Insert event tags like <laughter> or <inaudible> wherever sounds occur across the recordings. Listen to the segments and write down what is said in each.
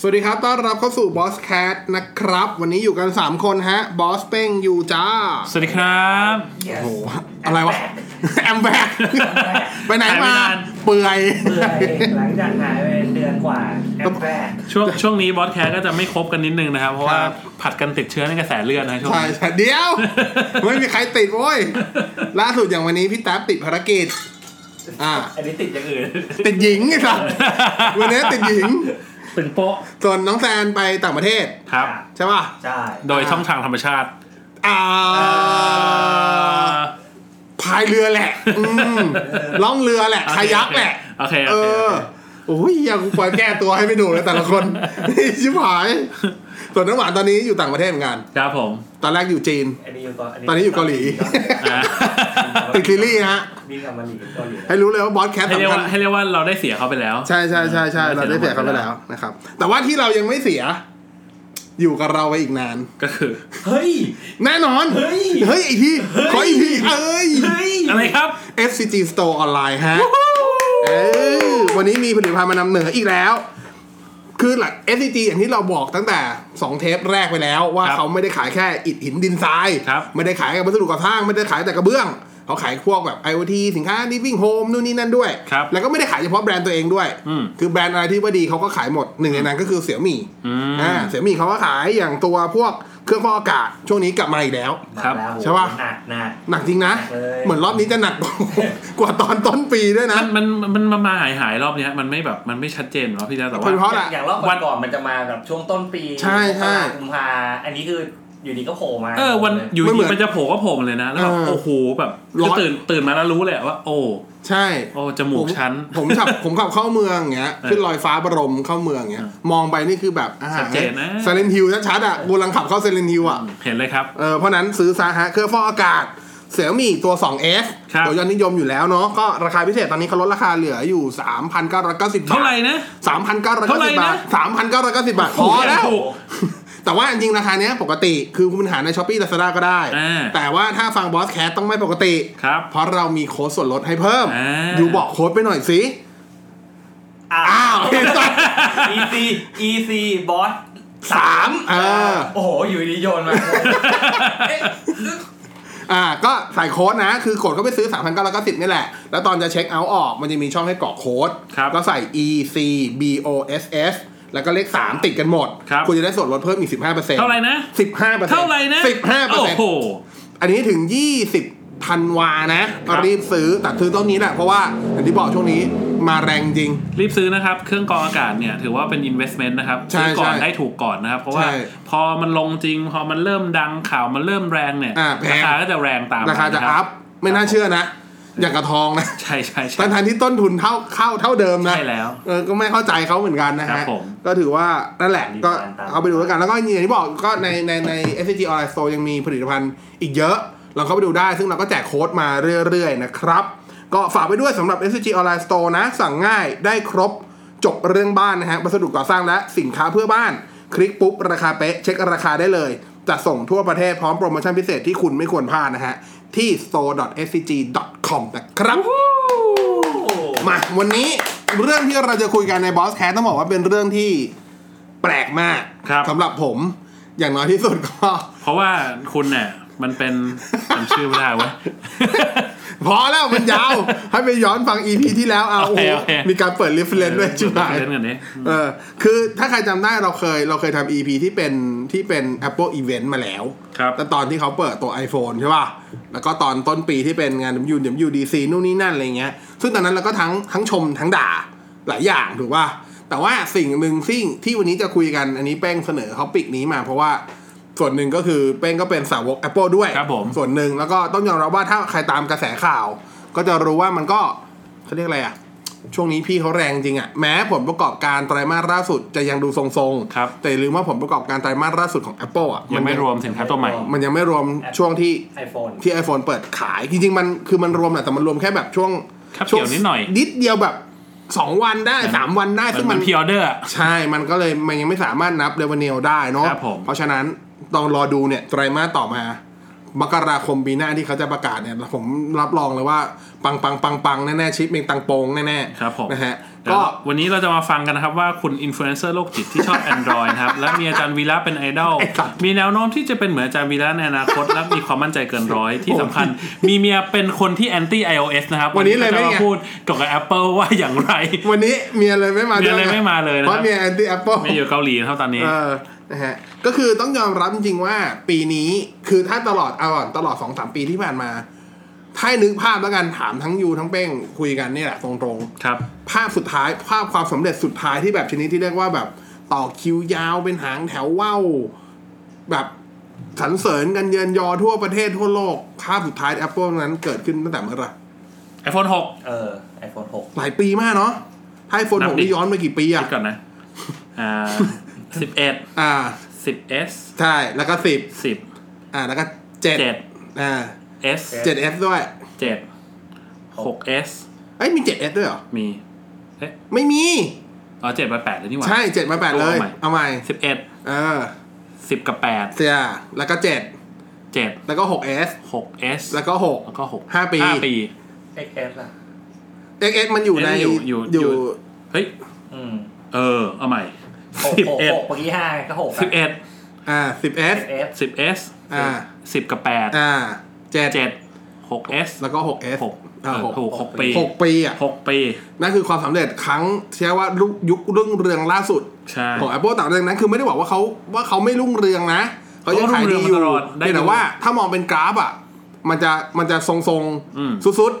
สวัสดีครับ ต้อนรับเข้าสู่ Boss Cat นะครับ วันนี้อยู่กัน 3 คนฮะ บอสเป้งอยู่จ้า สวัสดีครับ โอ้โห อะไรวะ <laughs> แอมแบก <laughs> ไปไหนมา เปื่อย เบื่อเองหลังจากหายไปเดือนกว่าแอปแรก ช่วงช่วงนี้บอสแคสก็จะไม่ครบกันนิดนึงนะครับ เพราะว่า ครับ ผัดกันติดเชื้อในกระแสเลือดนะช่วง ใช่ นี้ ใช่เดียว ไม่มีใครติดโว้ย ล่าสุดอย่างวันนี้พี่แท็บติดภารกิจ อ่า อันนี้ติดอย่างอื่น ติดหญิงไอ้สัสวันนี้ติดหญิง ตึงโป๊ะ ส่วนน้องแซนไปต่างประเทศ ครับ ใช่ป่ะ ใช่ โดยช่องทางธรรมชาติ อ่า พายเรือแหละ อืมล่องเรือแหละ คายักแหละ โอเค เอ โอเค อ โอ้ยอย่ากูปล่อยแก้ตัวให้ไม่ดูเลยแต่ละคน <laughs> ชิบหาย ส่วนน้ำหวานตอนนี้อยู่ต่างประเทศเหมือนกัน ครับผม ตอนแรกอยู่จีน อันนี้อยู่เกา ตอนนี้อยู่เกาหลี อ่า ติดซีรีส์ฮะ วิ่งกลับมาหลีเกาหลี ให้รู้เลยว่าบอสแคส ให้เรียก สำคัญ ว่าให้เรียกว่าเราได้เสียเขาไปแล้ว ใช่ใช่ใช่ใช่เราได้เสียเขาไปแล้วนะครับ แต่ว่าที่เรายังไม่เสีย อยู่กับเราไปอีกนาน ก็คือ เฮ้ย แน่นอน เฮ้ย เฮ้ยอีกทีขออีกทีเอ้ย เฮ้ย อะไรครับ FCG Store ออนไลน์ฮะ เออวันนี้มีผลิตภัณฑ์มานำเหนืออีกแล้ว คือหลัก S C G อย่างที่เราบอกตั้งแต่ 2 เทปแรกไปแล้ว ว่า ครับ เขาไม่ได้ขายแค่อิฐหินดินทราย ครับ ไม่ได้ขายแค่วัสดุก่อสร้าง ไม่ได้ขายแต่กระเบื้อง เขาขายพวกแบบ IoT สินค้า living home นู่นนี่นั่นด้วย ครับ แล้วก็ไม่ได้ขายเฉพาะแบรนด์ตัวเองด้วย อืม คือแบรนด์อะไรที่ว่าดีเขาก็ขายหมดหนึ่งในนั้นก็คือเสี่ยมี่ อืม อ่าเสี่ยมี่เขาก็ขายอย่างตัวพวกเครื่องฟอกอากาศช่วงนี้กลับมาอีกแล้ว ครับ มาแล้ว ใช่ปะ หนักหนัก หนักจริงนะ หนักเลย เหมือนรอบนี้จะหนัก กว่า <laughs> ตอนต้นปีด้วยนะ มันมันมันมามาหายหายรอบเนี้ยมันไม่แบบมันไม่ชัดเจนหรอพี่แล้วแต่ว่า เพราะอะไร อย่างรอบก่อนๆมันจะมาแบบช่วงต้นปี ใช่ใช่ มกรากุมภาอันนี้คืออยู่ดีก็โผล่มา เออวันอยู่ มันเหมื ดี อน มันจะโผล่ก็โผล่มาเลยนะ แล้วแบบ เออ โอ้โหแบบ ร้ ก็ อน ตื่นตื่นมาแล้วรู้แหละว่า โอ้ ใช่ โอ้จมูกชั้น ผม <laughs> ขับผมขับเข้าเมืองอย่างเงี้ยขึ้นลอยฟ้าบรมเข้าเมืองอย่างเงี้ย มองไปนี่คือแบบ ชัดเจนนะ เซเลนฮิลชัดๆอ่ะกูกำลังขับเข้าเซเลนฮิลอ่ะ เห็นเลยครับ เออเพราะฉะนั้นซื้อซะฮะเครื่องฟอกอากาศ เสี่ยมี่ตัว 2S ครับ ตัวยอดนิยมอยู่แล้วเนาะก็ราคาพิเศษตอนนี้เขาลดราคาเหลืออยู่ 3,990 บาท เท่าไหร่นะ เท่าไหร่ 3,990 บา นะ ท 3,990 บาทพอแล้ว โโห <laughs> แต่ว่าจริงๆราคาเนี้ยปกติคือคุณหาในช้อปปี้ลาซาด้าก็ได้ อ่า แต่ว่าถ้าฟังบอสแคสต้องไม่ปกติ ครับ เพราะเรามีโค้ดส่วนลดให้เพิ่ม อ่า ยูบอกโค้ดไปหน่อยสิ อ้า อ้าว วเห็นสัตว์ EC EC บอส สามเออ โอ้โหอยู่ดีโยนมาเอ๊ะ <laughs> อ่า ก็ใส่โค้ดนะ คือกดเข้าไปซื้อ 3,990นี่แหละ แล้วตอนจะเช็คเอาท์ออก มันจะมีช่องให้กรอกโค้ด ครับ ก็ใส่ E C B O S S แล้วก็เลข 3 ติดกันหมด ครับ ณจะได้ส่วนลดเพิ่มอีก 15% เท่าไหร่นะ 15% เท่าไหร่นะโอ้โห 15%อันนี้ถึง 20ธันวานะ ครั ก็ บ รีบซื้อแต่ซื้อต้นนี้แหละ เพราะว่าอย่างที่บอกช่วงนี้มาแรงจริง รีบซื้อนะครับ เครื่องกรองอากาศเนี่ย ถือว่าเป็น investment นะครับ ใช่ ซื้อก่อน ใช่ ได้ถูกก่อนนะครับ เพราะว่า ใช่ พอมันลงจริง พอมันเริ่มดังข่าวมันเริ่มแรงเนี่ย อ่าแพง ราคาก็จะแรงตาม ราคาจะ นบ อัพไม่น่าเชื่อนะ อย่างกระทองนะ ใช่ใช่ใช่ ทั้งทที่ต้นทุนเท่าเข้าเท่าเดิมนะ ใช่แล้ว เออก็ไม่เข้าใจเขาเหมือนกันนะครับ ฮะ ผม ก็ถือว่านั่นแหละ มี ก็ การตาม เอาไปดูแล้วกัน แล้วก็อย่างที่บอกก็ในในใน s g Online Store ยังมีผลิตภัณฑ์อีกเยอะลองเข้าไปดูได้ ซึ่งเราก็แจกโค้ดมาเรื่อยๆนะครับ ก็ฝากไปด้วยสำหรับ s g Online Store นะ สั่งง่ายได้ครบจบเรื่องบ้านนะฮะวัสดุก่อสร้างและสินค้าเพื่อบ้าน คลิกปุ๊บ ราคาเป๊ะเช็คราคาได้เลยจะส่งทั่วประเทศพร้อมโปรโมชั่นพิเศษที่คุณไม่ควรพลาดนะฮะที่ store.scg.com นะครับ มาวันนี้เรื่องที่เราจะคุยกันในบอสแคสต้องบอกว่าเป็นเรื่องที่แปลกมาก ครับ สำหรับผม อย่างน้อยที่สุดก็ เพราะว่าคุณเนี่ยมัน <laughs> เป็นจำชื่อไม่ได้เว้ย พอแล้วมัน <laughs> ยาว ให้ไปย้อนฟัง EP ที่แล้วเอา โอ โอ้ เค โห โอเค มีการเปิดรีเฟรนด้วยจุ๊บหาย เล่นกันนี้ เออคือถ้าใครจำได้เราเคยเราเคยทำ EP ที่เป็นที่เป็น Apple Event มาแล้ว ครับ แต่ตอนที่เขาเปิดตัว iPhone ใช่ป่ะ แล้วก็ตอนต้นปีที่เป็นงาน w w d c นู่นนี่นั่นอะไรเงี้ย ซึ่งตอนนั้นเราก็ทั้งทั้งชมทั้งด่าหลายอย่างถูกป่ะ แต่ว่าสิ่งหนึ่งที่งที่วันนี้จะคุยกันอันนี้แป้งเสนอเขาปิกนี้มา เพราะว่าส่วนหนึ่งก็คือแป้งก็เป็นสาวก Apple ด้วย ครับผม ส่วนหนึ่งแล้วก็ต้องยอมรับว่าถ้าใครตามกระแสข่าว ก็จะรู้ว่ามันก็เขาเรียกอะไรอะช่วงนี้พี่เขาแรงจริงอะแม้ผลประกอบการไตรมาสล่าสุดจะยังดูทรงๆ ครับ แต่อย่าลืมว่าผลประกอบการไตรมาสล่าสุดของ Apple อะ ยังไม่รวมสินค้าตัวใหม่ มันยังไม่รวมช่วงที่ ไอโฟน ที่ iPhone เปิดขาย จริงๆ มันคือมันรวมแหละแต่มันรวมแค่แบบช่วง ครับ ช่วง เดี๋ยวนิดหน่อย นิดเดียวแบบ 2 วันได้ 3 วันได้ ซึ่ง มั มันน พิออเดอร์ ใช่ มันก็เลยมันยังไม่สามารถนับเรเวเนียได้เนาะ ครับผม เพราะฉะนั้นต้องรอดูเนี่ยไตรมาสต่อมา มกราคมปีหน้าที่เขาจะประกาศเนี่ยผมรับรองเลยว่าปังปังปังปังแน่ๆชิปเมงตังโปงแน่ๆ ครับผม นะฮะ ก็ ก็ วันนี้เราจะมาฟังกันนะครับว่าคุณอินฟลูเอนเซอร์โลกจิตที่ชอบ Android นะครับ และมีอาจารย์วีระเป็นไอดอล ไอ้สัตว์ มีแนวโน้มที่จะเป็นเหมือนอาจารย์วีระในอนาคต และมีความมั่นใจเกินร้อยที่ <laughs> สำคัญ มีเมียเป็นคนที่แอนตี้ iOS นะครับ วันนี้เลย ราจะ ไม่ มา ไง พูดเกี่ยวกับ Apple ว่าอย่างไร วันนี้เมียเลยไม่มา เมียเลย ด้วง ไม่มาเลยนะครับ เพราะเมียแอนตี้แอปเปิล ไม่อยู่เกาหลีนะครับตอนนี้ เออ นะฮะ ก็คือต้องยอมรับจริงๆว่าปีนี้คือถ้าตลอดเอาก่อนตลอดสองสามปีที่ผ่านมา ถ้าให้นึกภาพแล้วกันถามทั้งยูทั้งเป้งคุยกันเนี่ยแหละตรง ครับ ๆ ภาพสุดท้ายภาพความสำเร็จสุดท้ายที่แบบชนิดที่เรียกว่าแบบต่อคิวยาวเป็นหางแถวว่าวแบบสรรเสริญกันเยินยอทั่วประเทศทั่วโลก ภาพสุดท้าย Apple นั้นเกิดขึ้นตั้งแต่เมื่อไหร่ iPhone 6 เออไอโฟนหก หลายปีมากเนาะถ้าไอโฟน นั ห บ ก ดิ นี่ย้อนไปกี่ปีอะ คิดก่อนนะ อ่าสิบเอ็ด อ่า สิบเอส ใช่แล้วก็สิบ สิบ อ่าแล้วก็เจ็ด เจ็ด อ่า เอส เจ็ดเอฟด้วย เจ็ดหกเอส เอ้ยมีเจ็ดเอฟด้วยเหรอ มีเอ๊ะ ไม่มี อ๋อเจ็ดไปแปดเลยนี่หว่า ใช่เจ็ดมาแปดเลย เอาใหม่ สิบเอ็ด เออ สิบกับแปด เสียแล้วก็เจ็ด เจ็ด แล้วก็หกเอส หกเอส แล้วก็หก แล้วก็หก ห้าปี ห้าปี เอ็กเอสอ่ะ เอ็กเอสมันอยู่ใน เอ๊ะอยู่ออยู่อยู่ ยู่ เฮ้ย อืม เออ เอาใหม่ หก สิบ หก เอ็ด หกเมื่อกี้ห้าไงก็หก สิบเอ็ด อ่าสิบเอส เอฟ สิบเอส อ่า สิบกับแปด อ่าเจ็ด เจ็ดหกเอส แล้วก็หกเอส หกเอ อ่า อ หก ถูกหกปี หกปีอ่ะ หกปี นั่นคือความสำเร็จครั้งเชื่อว่ารุ่งยุครุ่งเรืองล่าสุด ใช่ ของ Apple ต่างเรื่องนั้นคือไม่ได้บอกว่าเขาว่าเขาไม่รุ่งเรืองนะเขายังขายดีอยู่ เขารุ่งเรืองมาตลอดได้ เพียงแต่ว่าถ้ามองเป็นกราฟอ่ะ มันจะมันจะทรงทรงๆ อืม สุด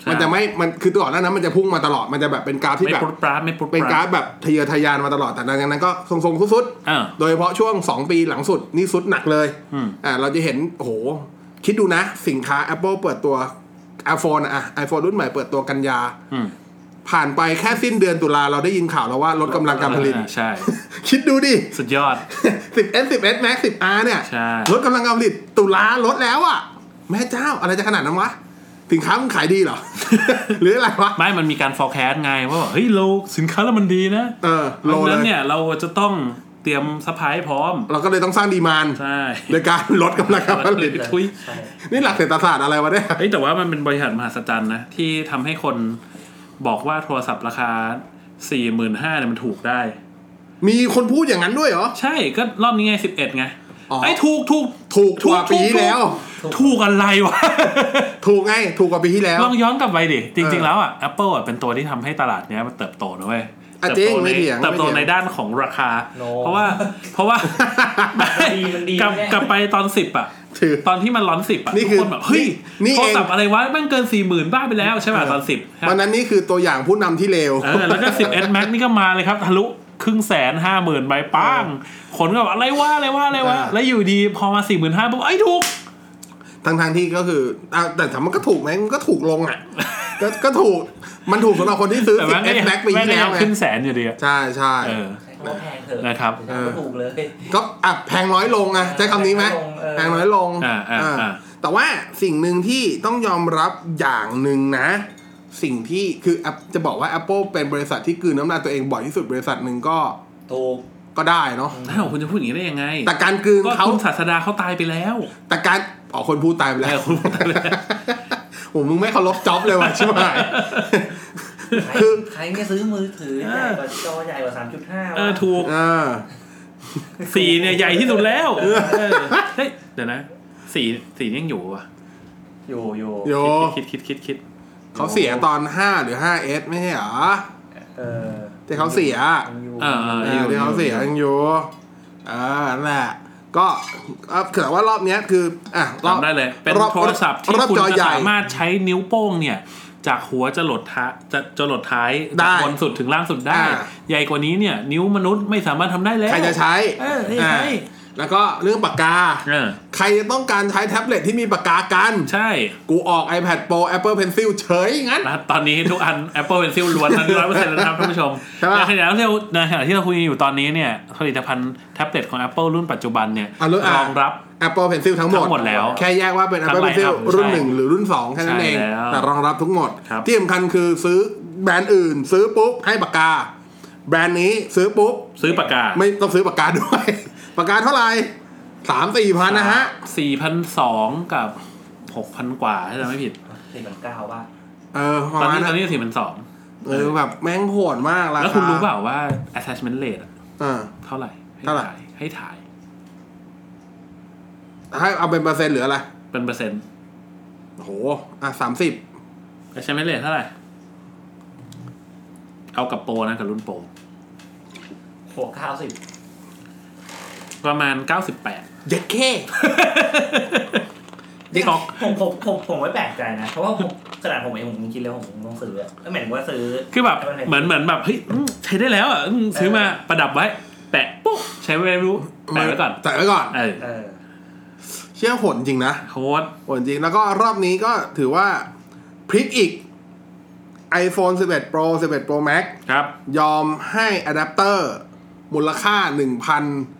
ใช่ ๆ มันจะไม่มันคือตัวก่อนหน้านั้นมันจะพุ่งมาตลอดมันจะแบบเป็นกราฟที่ ไม่ แบบ ปรุดปราดไม่ปรุด เป็น ป กรา รา ฟ ด แบบทะเยอทะยานมาตลอดแต่หลังจากนั้นก็ทรงทรงๆสุด อ่า ๆ โดยเฉพาะช่วง 2 ปีหลังสุดนี่สุดหนักเลย อืม อ่าเราจะเห็นโอ้โหคิดดูนะสินค้า Apple เปิดตัว iPhone อะ iPhone รุ่นใหม่เปิดตัวกันยา อืม ผ่านไปแค่สิ้นเดือนตุลาเราได้ยินข่าวแล้วว่าลดกำลังการผลิต อ่ใช่ คิดดูดิ สุดยอด สิบ S สิบ S Max สิบ R เนี่ย ใช่ ลดกำลังการผลิตตุลาลดแล้วอ่ะ แม่เจ้าอะไรจะขนาดนั้นวะสินค้ามันขายดีเหรอ <laughs> หรืออะไรวะ ไม่มันมีการ forecast ไงว่าแบบเฮ้ยเราสินค้าแล้วมันดีนะ เออ เพ โล ราะฉะ เล นั้น ย เนี่ยเราจะต้องเตรียมสปายพร้อม เราก็เลยต้องสร้างดีมาน ใช่ โดยการลดกำลังการผลิต ทุย ใช่ นี่หลักเศรษฐศาสตร์อะไรวะเนี่ย เอ้ยแต่ว่ามันเป็นบริษัทมหาศจรรย์นะ ที่ทำให้คนบอกว่าโทรศัพท์ราคา 4 5 0 0 0เนี่ยมันถูกได้ มีคนพูดอย่างนั้นด้วยเหรอ ใช่ก็รอบนี้ไง 11 ไง อ๋อ ไอ้ยถูกถูก ถูกกว่าปีที่แล้ว ถูกถูกอะไรวะ ถูกไง ถูกกว่าปีที่แล้ว ลองย้อนกลับไปดิ จริง เออ ๆ แล้วอ่ะ Apple อ่ะเป็นตัวที่ทำให้ตลาดเนี้ยมันเติบโตนะเว้ย อ่ะ เติบจริโตงไม่ ใน เถียงไม่เถียง เติบโตในด้านของราคา เพราะว่า เพราะว่า ดีมันดี กลับกลับไปตอน 10 อ่ะ ถือ ตอนที่มันร้อนสิบอ่ะ นี่ ทุก คือ คนแบบเฮ้ย นี่ โทรศัพ เอ ท์ ง อะไรวะแมันเกินสี่หมื่นบ้าไปแล้วใช่ป่ะตอนสิบ วันนั้นนี่คือตัวอย่างผู้นำที่เลว เออแล้วก็ 11 Max นี่ก็มาเลยครับทะลุครึ่งแสนห้าหมื่นใบป้างขนก็แบบอะไรว่าอะไรว่าอะไรว่า อ่า แล้วอยู่ดีพอมาสี่หมื่นห้าปุ๊บไอ้ยถูก ทั้งทางๆที่ก็คืออ่ะแต่ถามมันก็ถูกไหมมันก็ถูกลงอ่ะ ก็ก็ถูก มันถูกสำหรับคนที่ซื้อ แต่ สิ แม่ บ ง เอสแบ็คปีก็ยังแม่ง ที่ ก็ แล้ ยั ว ง ไง ขึ้นแสนอยู่ดีอะ ใช่ใช่ เออ ใช้คำว่าแพงเถอะ นะครับ ก็ถูกเลย ก็อ่ะแพงน้อยลงอะใช้คำนี้ไหมแพ แพ ง งน้ น้อ อย ย ล ล ง งอ่าอ่า เออ อ่า แต่ว่าสิ่งหนึ่งที่ต้องยอมรับอย่างหนึ่งนะ สิ่งที่คือ App- จะบอกว่า Apple เป็นบริษัทที่กลืนน้ำลายตัวเองบ่อยที่สุดบริษัทหนึ่งก็ ถูก ก็ได้เนาะ ถ้าคุณจะพูดอย่างนี้ได้ยังไง แต่การกลืน ก็ เขา คุณศาสดาเขาตายไปแล้ว แต่การอ๋อคนพูดตายไป เอ แล้ อ <laughs> ว คุณพูดตายไปแล้ว โอ้มึงไม่เคารพจ็อบเลยว่ะใช่ไหม ใคร คือ ใครเนี่ยซื้อมือถือใหญ่กว่าจอใหญ่กว่าสามจุดห้า เออถูก เออ สี่เนี่ยใหญ่ที่สุดแล้วเออเฮ้ยเดี๋ยวนะสี่สี่ยังอยู่วะ อยู่อยู่ โย คิดคิดคิดคิด เขาเสียตอน 5 หรือ 5S ไม่ใช่เหรอ เออ ที่เขาเสีย ยังอยู่ เออเออ เออยัง อยู่ ที่เขาเสียยังอยู่เออนั่นแหละก็เอ่อคือแต่ว่ารอบเนี้ยคืออ่ะรอบ จำได้เลย เป็น อบ โทรศัพท์ที่ รอบ คุณ จอ จะ ใหญ่ สามารถใช้นิ้วโป้งเนี่ย จากหัวจะหลดท้าจะจะหลดท้าย ได้ จากบนสุดถึงล่างสุดได้ อ่า ใหญ่กว่านี้เนี่ย นิ้วมนุษย์ไม่สามารถทำได้แล้ว ใครจะใช้ เออใช่ ะแล้วก็เรื่องปากกา เออ ใครจะต้องการใช้แท็บเล็ตที่มีปากกากัน ใช่ กูออก iPad Pro Apple Pencil เฉยงั้น นะตอนนี้ทุกอัน Apple Pencil ล้วนร้อยเปอร์เซ็นต์แล้วนะครับท่านผู้ชม ใช่ปะ ในขณะที่เราในขณะที่เราคุยอยู่ตอนนี้เนี่ยผลิตภัณฑ์แท็บเล็ตของ Apple รุ่นปัจจุบันเนี่ย เอาเรื่องอ่ะ รองรับ Apple Pencil ทั้งหมด ทั้งหมดแล้ว แค่แยกว่าเป็น Apple ทั้ง Pencil line up รุ่น ใช่ หนึ่งหรือรุ่นสองแค่นั้น ใช่ เอง แล้ว แต่รองรับทั้งหมด ครับ ที่สำคัญคือซื้อแบรนด์อื่น ซื้อปุ๊บให้ปากกา แบรนด์นี้ซื้อปุ๊บ ซื้อปากกา <laughs> ไม่ต้องซื้อปากกาด้วย ปากกาเท่าไหร่ สามสี่พันนะฮะ สี่พันสองกับหกพันกว่าถ้าจำไม่ผิด สี่พันเก้าว่า เออป ตอ ระ น มาณ นี้ตอ นั้น น นี้สี่พันสอง เออแบบแม่งโหดมากราคา แล้วคุณรู้เปล่าว่า attachment rate อะ อ่า เท่าไหร่ เท่าไหร่ ถ่ยให้ถ่าย ให้เอาเป็นเปอร์เซ็นต์เหลืออะไร เป็นเปอร์เซ็นต์ โอ้โหอ่ะสามสิบ attachment rate เท่าไหร่ เอากับโปรนะกับรุ่นโปร หัวข้าวสิบ ประมาณเก้าสิบแปด เย็ดแค่ ช็อก ผมผมผมผมไม่แปลกใจนะ เพราะว่าผมขนาดผมเองผมยังคิดเลยว่าผมต้องซื้อก็เหมือนว่าซื้อ คือแบบเหมือนเหมือนแบบเฮ้ยอืมใช้ได้แล้วอ่ะอืมซื้อมาประดับไว้ แปะปุ๊บใช้ไว้ไม่รู้ <laughs> แปะไว้ก่อน แต่ไว้ก่อน เออ เออ เชี่ยโหดจริงนะ โคตร โหดจริง แล้วก็รอบนี้ก็ถือว่า พลิกอีก iPhone 11 Pro 11 Pro Max ครับ ยอมให้อะแดปเตอร์มูลค่า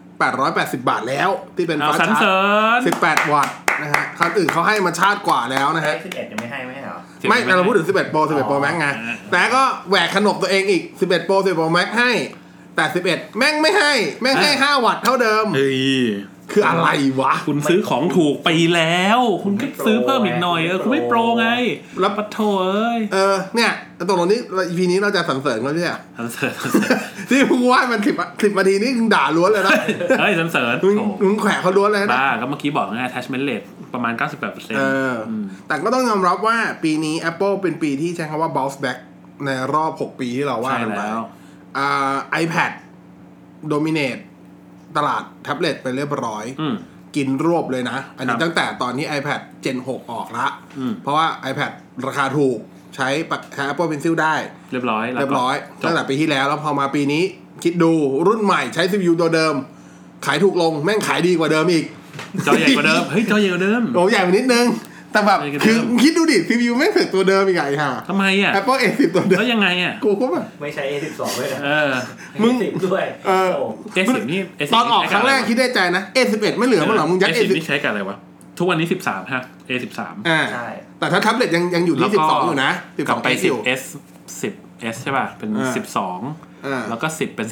1,880 บาทแล้ว ที่เป็น เอาสันเสริญ 18 วัตต์นะฮะคันอื่นเขาให้มาชาติกว่าแล้วนะ ไอ้ ฮะ สิบเอ็ดยังไม่ให้ไม่ให้เหรอ ไม่เราพูดถึง 11 Pro 11 Pro Max ไง อ๋อ แต่ก็แหวกขนบตัวเองอีก 11 Pro 11 Pro Max ให้ แต่ 11 แม่งไม่ให้ แม่งให้ 5 วัตต์เท่าเดิม เฮ้ย คืออะไรวะ คุณซื้อของถูกไปแล้ว คุณก็ซื้อเพิ่มอีกหน่อย เออ คุณไม่โปรไง แล้ แล้ว วปัทโถเอ้ย เออเนี่ยตกลงนี้ EP นี้เราจะสรรเสริญเขาใช่ไหม สันเสริญสันเสริญ ที่มึงว่ามันสิบสิบนาทีนี่มึงด่าล้วนเลยนะ เฮ้ยสันเสริญ มึง โถ มึงแขวะเขาล้วนเลยนะ บ้าก็เมื่อกี้บอกไง attachment rate ประมาณ 98% เอออ แต่ก็ต้องยอมรับว่าปีนี้ Apple เป็นปีที่ใช้คำว่า bounce back ในรอบ 6 ปีที่เราว่า ใช่ กันไป แล้ว อ่า iPad dominate ตลาดแท็บเล็ตไปเรียบร้อย อืม กินรวบเลยนะ อันนี้ ครับ ตั้งแต่ตอนนี้ iPad Gen 6 ออกละ อืม เพราะว่า iPad ราคาถูกใช้ปากใช้ Apple Pencil ได้ เรียบร้อยแล้ว เรียบร้อย จ ตั้ง บ แต่ปีที่แล้วแล้วพอมาปีนี้ คิดดูรุ่นใหม่ใช้ CPU ตัวเดิม ขายถูกลงแม่งขายดีกว่าเดิมอีก จอใหญ่กว่าเดิม เฮ้ย จอใหญ่กว่าเดิม โหใหญ่ไปนิดนึง แต่แบบ ใหญ่กว่าเดิม คือคิดดูดิ CPU แม่งถึงตัวเดิมอีกไงค่ะ ทำไมอ่ะ Apple A10 ตัวเดิ แล้ ม วยังไงอ่ะ กูก็แบบ ไม่ใช้ A12 ด้วยนะ เออ มึง สิบด้วย เออ โ เอสิบนี่ ตอนออกครั้งแรกคิดได้ใจนะ A11 ไม่เหลือมันหรอมึงยัด เอสิบ A10 นี่ใช้กับอะไรวะ ทุกวันนี้ 13ฮะ A13 อ่า ใช่ แต่ถ้าแท็บเล็ตยังยังอยู่ที่ แล้วก็ 12 อยู่นะ กลับ 12 ไป S อยู่ 10S 10S ใช่ป่ะ เป็น อ่า 12 อ่า แล้วก็ 10 เป็น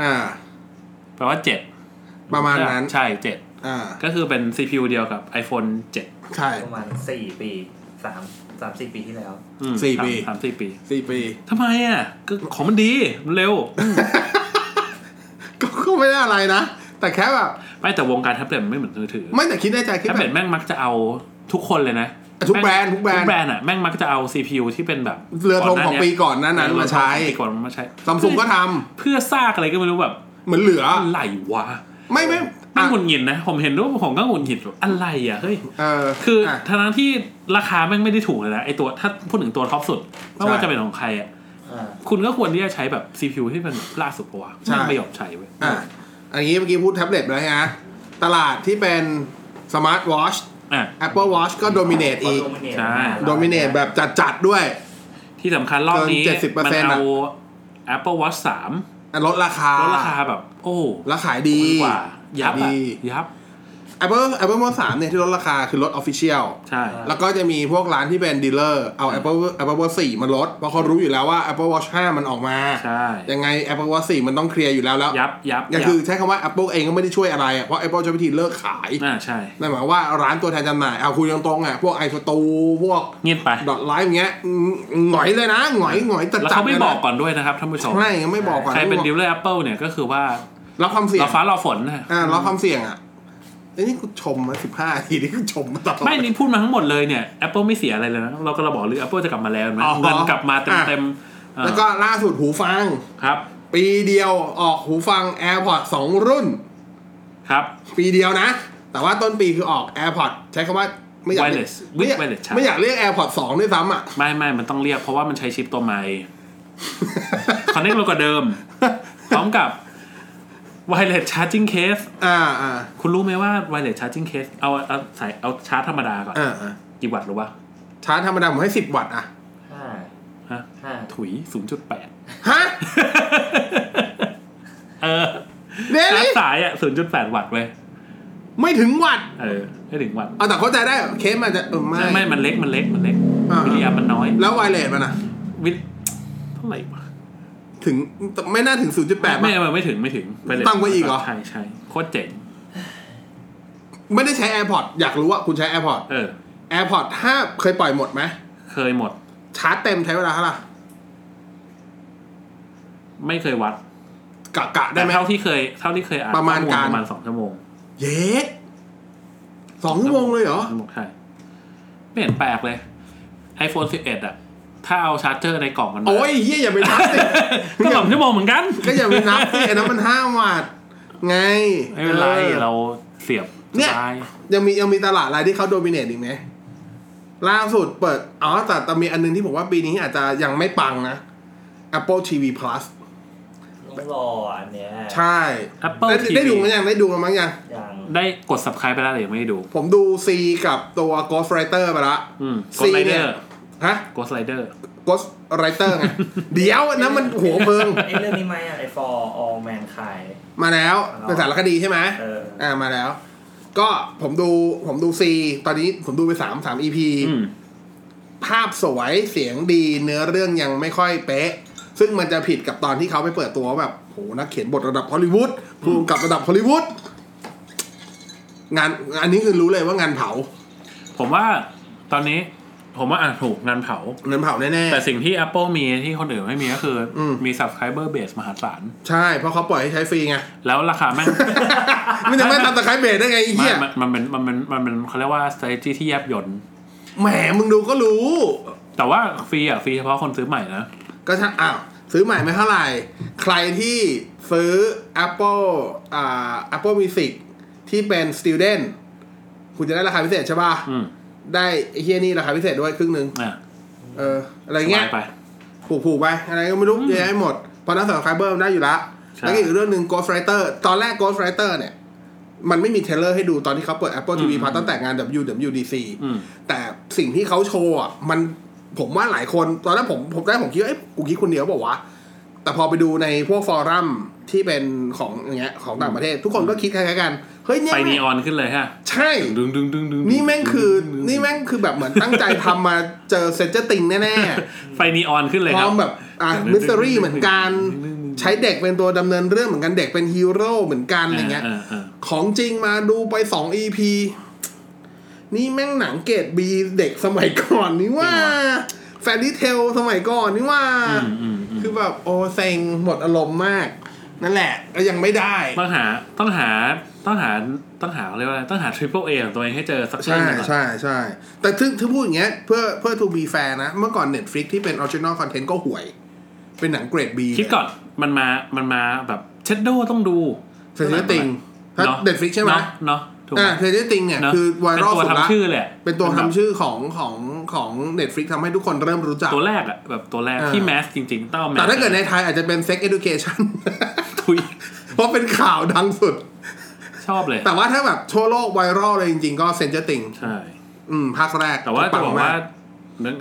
อ่า 11 แปลว่า 7 ประมาณนั้น ใช่ อ่า 7 ก็คือเป็น CPU เดียวกับ iPhone 7 ใช่ ประมาณสี่ปีสามสามสี่ปีที่แล้ว อืม สี่ปี สามสามสี่ปี สี่ปี ทำไมอ่ะก็ของมันดีมันเร็ว ก็ก็ไม่ได้อะไรนะ แต่แค่แบบ ไม่แต่วงการแท็บเล็ตมันไม่เหมือนมือถือ ไม่แต่คิดได้ใจคิด แท็บ แบ เล็ต บ แม่งมักจะเอาทุกคนเลยนะ ทุกแบรนด์ทุกแบรนด์ ทุกแบรนด์อ่ะ แม่งมักจะเอา CPU ที่เป็นแบบ เรือธงของปีก่อนหนั้านั้นมาใช้ ปีก่อนมาใช้ ซัมซุงก็ทำ เพื่อซากอะไรก็ไม่รู้แบบ เหมือนเหลือ อะไรวะ ไม่ไม่ ไม่ อ่ะ งหงุดหงิดนะ ผมเห็นด้วยผมก็หงุดหงิดแบบอะไรอ่ะเฮ้ย เออ คืออะ ทั้งที่ราคาแม่งไม่ได้ถูกเลยนะไอตัวถ้าพูดถึงตัวท็อปสุดไม่ว่า ใช่ จะเป็นของใครอ่ะ อ่า คุณก็ควรที่จะใช้แบบ CPU ที่เป็นล่าสุดปะวะ ใช่ แม่งไม่ยอมใช้เว้ย อ่ะอันนี้เมื่อกี้พูดแท็บเล็ตไปแล้วฮะตลาดที่เป็นสมาร์ทวอช อ่ะ Apple Watch ก็โดมิเนตอีก ใช่ โดมิเนตแบบจัดจัดๆด้วย ที่สำคัญรอบนี้ เกิน70% มัเอา อะ Apple Watch 3 อ่ะลดราคา ลดราคาแบบ โอ้ แล้วขายดี ดีกว่า ยับ ดี อะยับ Apple Apple Watch 3เนี่ยที่ลดราคาคือลด Official ใช่ แล้วก็จะมีพวกร้านที่เป็นดีลเลอร์เอา Apple Apple Watch 4มาลดเพราะเขารู้อยู่แล้วว่า Apple Watch 5 มันออกมา ใช่ ยังไง Apple Watch 4 มันต้องเคลียร์อยู่แล้วแล้ว ยับยับ ก็ ยั คือใช้คำว่า Apple เองก็ไม่ได้ช่วยอะไรอะเพราะ Apple ใช้วิธีเลิกขาย อ่าใช่ นั่นหมายว่าร้านตัวแทนจำหน่ายเอาคุยตรงๆอ่ะ พวกไอสตูพวก เงียบไป ดอทไลฟ์เงี้ยหงอยเลยนะหงอยหงอยจัด แล้ว จัด เขาไม่บอกก่อนด้วยนะครับท่านผู้ชม ใช่ไม่บอกก่อน ใครเป็นดี ไม่ ล บอก เลอร์ Apple เนี่ยก็คือว่า รับความเสี่ยง เราฟ้าเราฝนนะ อ่ารับความเสี่ยงอ่ะไอ้นี่กูชมมาสิบห้า <laughs> ทีนี่กูชมมาตลอด ไม่นี่พูดมาทั้งหมดเลยเนี่ย Apple ไม่เสียอะไรเลยนะเราก็เราบอกเลย Apple จะกลับมาแล้วนะ อ๋อ เงินกลับมาเต็มเต็มๆอ่า แล้วก็ล่าสุดหูฟัง ครับ ปีเดียวออกหูฟัง AirPods สองรุ่น ครับ ปีเดียวนะ แต่ว่าต้นปีคือออก AirPods ใช้คำว่าไม่อยาก Wireless ไม่อยาก Wireless ใช่ ไม่อยากเรียก AirPods สองด้วยซ้ำอ่ะ <laughs> ไม่ไม่มันต้องเรียกเพราะว่ามันใช้ชิปตัวใหม่ คอนเน c t เร็วกว่าเดิม พร้อมกับ wireless charging case อ่าอ่า คุณรู้ไหมว่า wireless charging case เอาเอาสายเอาชาร์จธรรมดาก่อน อ่าอ่า กี่วัตต์หรือวะ ชาร์จธรรมดาผมให้สิบวัตต์อ่ะ ห้า ฮะ ห้า ถุย ฮะ 0.8 เออ เดี๋ยว ชาร์นี้จสายอ่ะ 0.8 วัตต์เว้ย ไม่ถึงวัด เออไม่ถึงวัตต์ เอาแต่เข้าใจได้เหรอเคสมันจะเออไม่ ไม่ไม่มันเล็กมันเล็กมันเล็ก อ่า วิลเลียมมันน้อย แล้วไวเลสมันอ่ะ วิเท่าไหร่วะ ถึงไม่น่าถึง 0.8 ไม่ ป่ะ ไม่ไม่ถึงไม่ถึง wireless ตั้งไว้อีกเหรอ ใช่ใช่โคตรเจ๋ง ไม่ได้ใช้ AirPod อยากรู้ว่าคุณใช้ AirPod เออ AirPod ถ้าเคยปล่อยหมดไหม เคยหมด ชาร์จเต็มใช้เวลาเท่าไหร่ ไม่เคยวัด กะกะได้ แต่ ไหม เท่าที่เคยเท่าที่เคยอ่าน ประมาณ ข้อล การ ประมาณสองชั่วโมง เยสสองชั่วโมงเลยเหรอ สชั่วโมงใช่ไม่เห็นแปลกเลย iPhone 11 อ่ะ ถ้าเอาชาร์จเจอร์ในกล่องมันมา โอ้ยเฮียอย่าไปนับสิ <laughs> ก็สองชั่วโมงเหมือนกัน ก็อย่าไปนับสิอันนั้นมันห้าวัตต์ไง ไม่เป็นไร ออ เราเสียบ เนี่ย สบาย ยังมียังมีตลาดอะไรที่เขาโดมิเนตอีกไหมล่าสุดเปิด อ๋อ แต่แต่มีอันนึงที่ผมว่าปีนี้อาจจะยังไม่ปังนะ Apple TV Plus ต้องรออันเนี้ย ใช่ แอปเปิล ได้ ที ได้ดูมั้ยยังได้ดูกันมั้งยัง อย่าง ได้กด subscribe ไปแล้วแต่ยังไม่ได้ดู ผมดู C กับตัว Ghost Rider ไปละ อืม C Ghost เนี่ Rider ย ฮะ Ghost Rider Ghost Rider <laughs> ไง เดี๋ยวอันนั้นมันโหัวเพิง ไอ้เรื่องนี้ไหมอะไอ้ for all mankind มา <laughs> แล้วเป็นสารคดีใช่ไหม เออ อ่ามาแล้ว ก็ผมดูผมดู C ตอนนี้ผมดูไปสามสาม EP อืม ภาพสวยเสียงดีเนื้อเรื่องยังไม่ค่อยเป๊ะ ซึ่งมันจะผิดกับตอนที่เขาไปเปิดตัวว่าแบบโหนักเขียนบทระดับฮอลลีวูดภูมิกับระดับฮอลลีวูดงานอันนี้คือรู้เลยว่างานเผา ผมว่าตอนนี้ผมว่าอ่ะถูกงานเผา งานเผาแน่ แต่สิ่งที่ Apple มีที่คนอื่นไม่มีก็คืออ ม มี subscriber base มหาศาล ๆ ใช่เพราะเขาปล่อยให้ใช้ฟรีไง <laughs> แล้วราคาแม่ง มันจะไม่ทำตะไคร้เบรดได้ไงไอ้เหี้ย มันมันเป็นมันเป็นมันเป็นเขาเรียกว่า strategy ที่แยบยนต์ แหมมึงดูก็รู้ แต่ว่าฟรีอ่ะ ฟรีเฉพาะคนซื้อใหม่นะ ก็ถ้าอ้าวซื้อใหม่ไม่เท่าไหร่ ใครที่ซื้อ Apple อ่า Apple Music ที่เป็น Student คุณจะได้ราคาพิเศษใช่ป่ะ อืม ได้ไอ้เฮียนี่ราคาพิเศษด้วยครึ่งหนึ่ง อ่ะ เออ อะไร ส เงี้ บาย ยไป ผูกผูกๆไป อะไรก็ไม่รู้เยอะแยะไปหมด เพราะนั้นสำหรับไฟเบอร์มันได้อยู่ละ ใช่ แล้วก็อีกเรื่องหนึ่ง Ghost Rider ตอนแรก Ghost Rider เนี่ย มันไม่มีเทรลเลอร์ให้ดูตอนที่เขาเปิด Apple TV พาตั้งแต่งาน WWDC อืม แต่สิ่งที่เขาโชว์อ่ะมันผมว่าหลายคนตอนแรกผมผมได้ผมคิดว่าเอ้ยกูคิดคนเดียวบอกว่าวะแต่พอไปดูในพวกฟอรัมที่เป็นของอย่างเงี้ยของต่างประเทศ ทุกคนก็คิดคล้ายๆกันเฮ้ยเนี่ย ไฟนี แม่ง ออนขึ้นเลยฮะ ใช่ ดึงดึงดึงดึง นี่แม่งคือ ดึดึดึ นี่แม่งคือแบบเหมือนตั้งใจทำมาเจอเซนเจอร์ติงแน่ ไฟนีออนขึ้นเลย ๆพ ค ร้ รั อบ มแบบอ่ะ ดึงดึง มิส t ตรี ดึงดึง เหมือนกัน ดึงดึง ใช้เด็กเป็นตัวดำเนินเรื่องเหมือนกันเด็กเป็นฮีโร่เหมือนกันอะไรเงี้ย าา ของจริงมาดูไปสอง EP นี่แม่งหนังเกรดบีเด็กสมัยก่อนนี่ว่า แฟนดิเทลสมัยก่อนนี่ว่า อืมอืมอืม คือแบบโอ้เซ็งหมดอารมณ์มาก นั่นแหละก็ยังไม่ได้ ต้องหาต้องหาต้องหาต้องหาเขาเรียกว่าอะไรต้องหา triple A ของตัวเองให้เจอสักเช่น ใช่ หนึ่งก่อน ใช่ใช่แต่ถึงถึงพูดอย่างเงี้ยเพื่อเพื่อ to be fair นะ เมื่อก่อน Netflix ที่เป็น original content ก็ห่วย เป็นหนังเกรด B คิดก่อนมันมามันมาแบบเชดโดต้องดู เฟเจอร์ติงถ้า เนอะ Netflix ใช่ไหม เนาะเนาะถูกไหม อ่าเฟเจอร์ติงเนี่ย เนะ คือไวรัล เป็นตัว สุดละ ทำชื่อเลยอะ เป็นตัว แบบ ทำชื่อของของของ Netflix ทำให้ทุกคนเริ่มรู้จัก ตัวแรกอะแบบตัวแรก เออ ที่แมสจริงๆต้องอแมส แต่ถ้าเกิดในไทยอาจจะเป็น Sex Education <laughs> ทุย เพราะเป็นข่าวดังสุด ชอบเลย แต่ว่าถ้าแบบทั่วโลกไวรัลเลยจริงๆ ก็เซนเจอร์ติง ใช่ อืมภาคแรก แต่ว่า ปั จะ ง บอก ม ว่านึก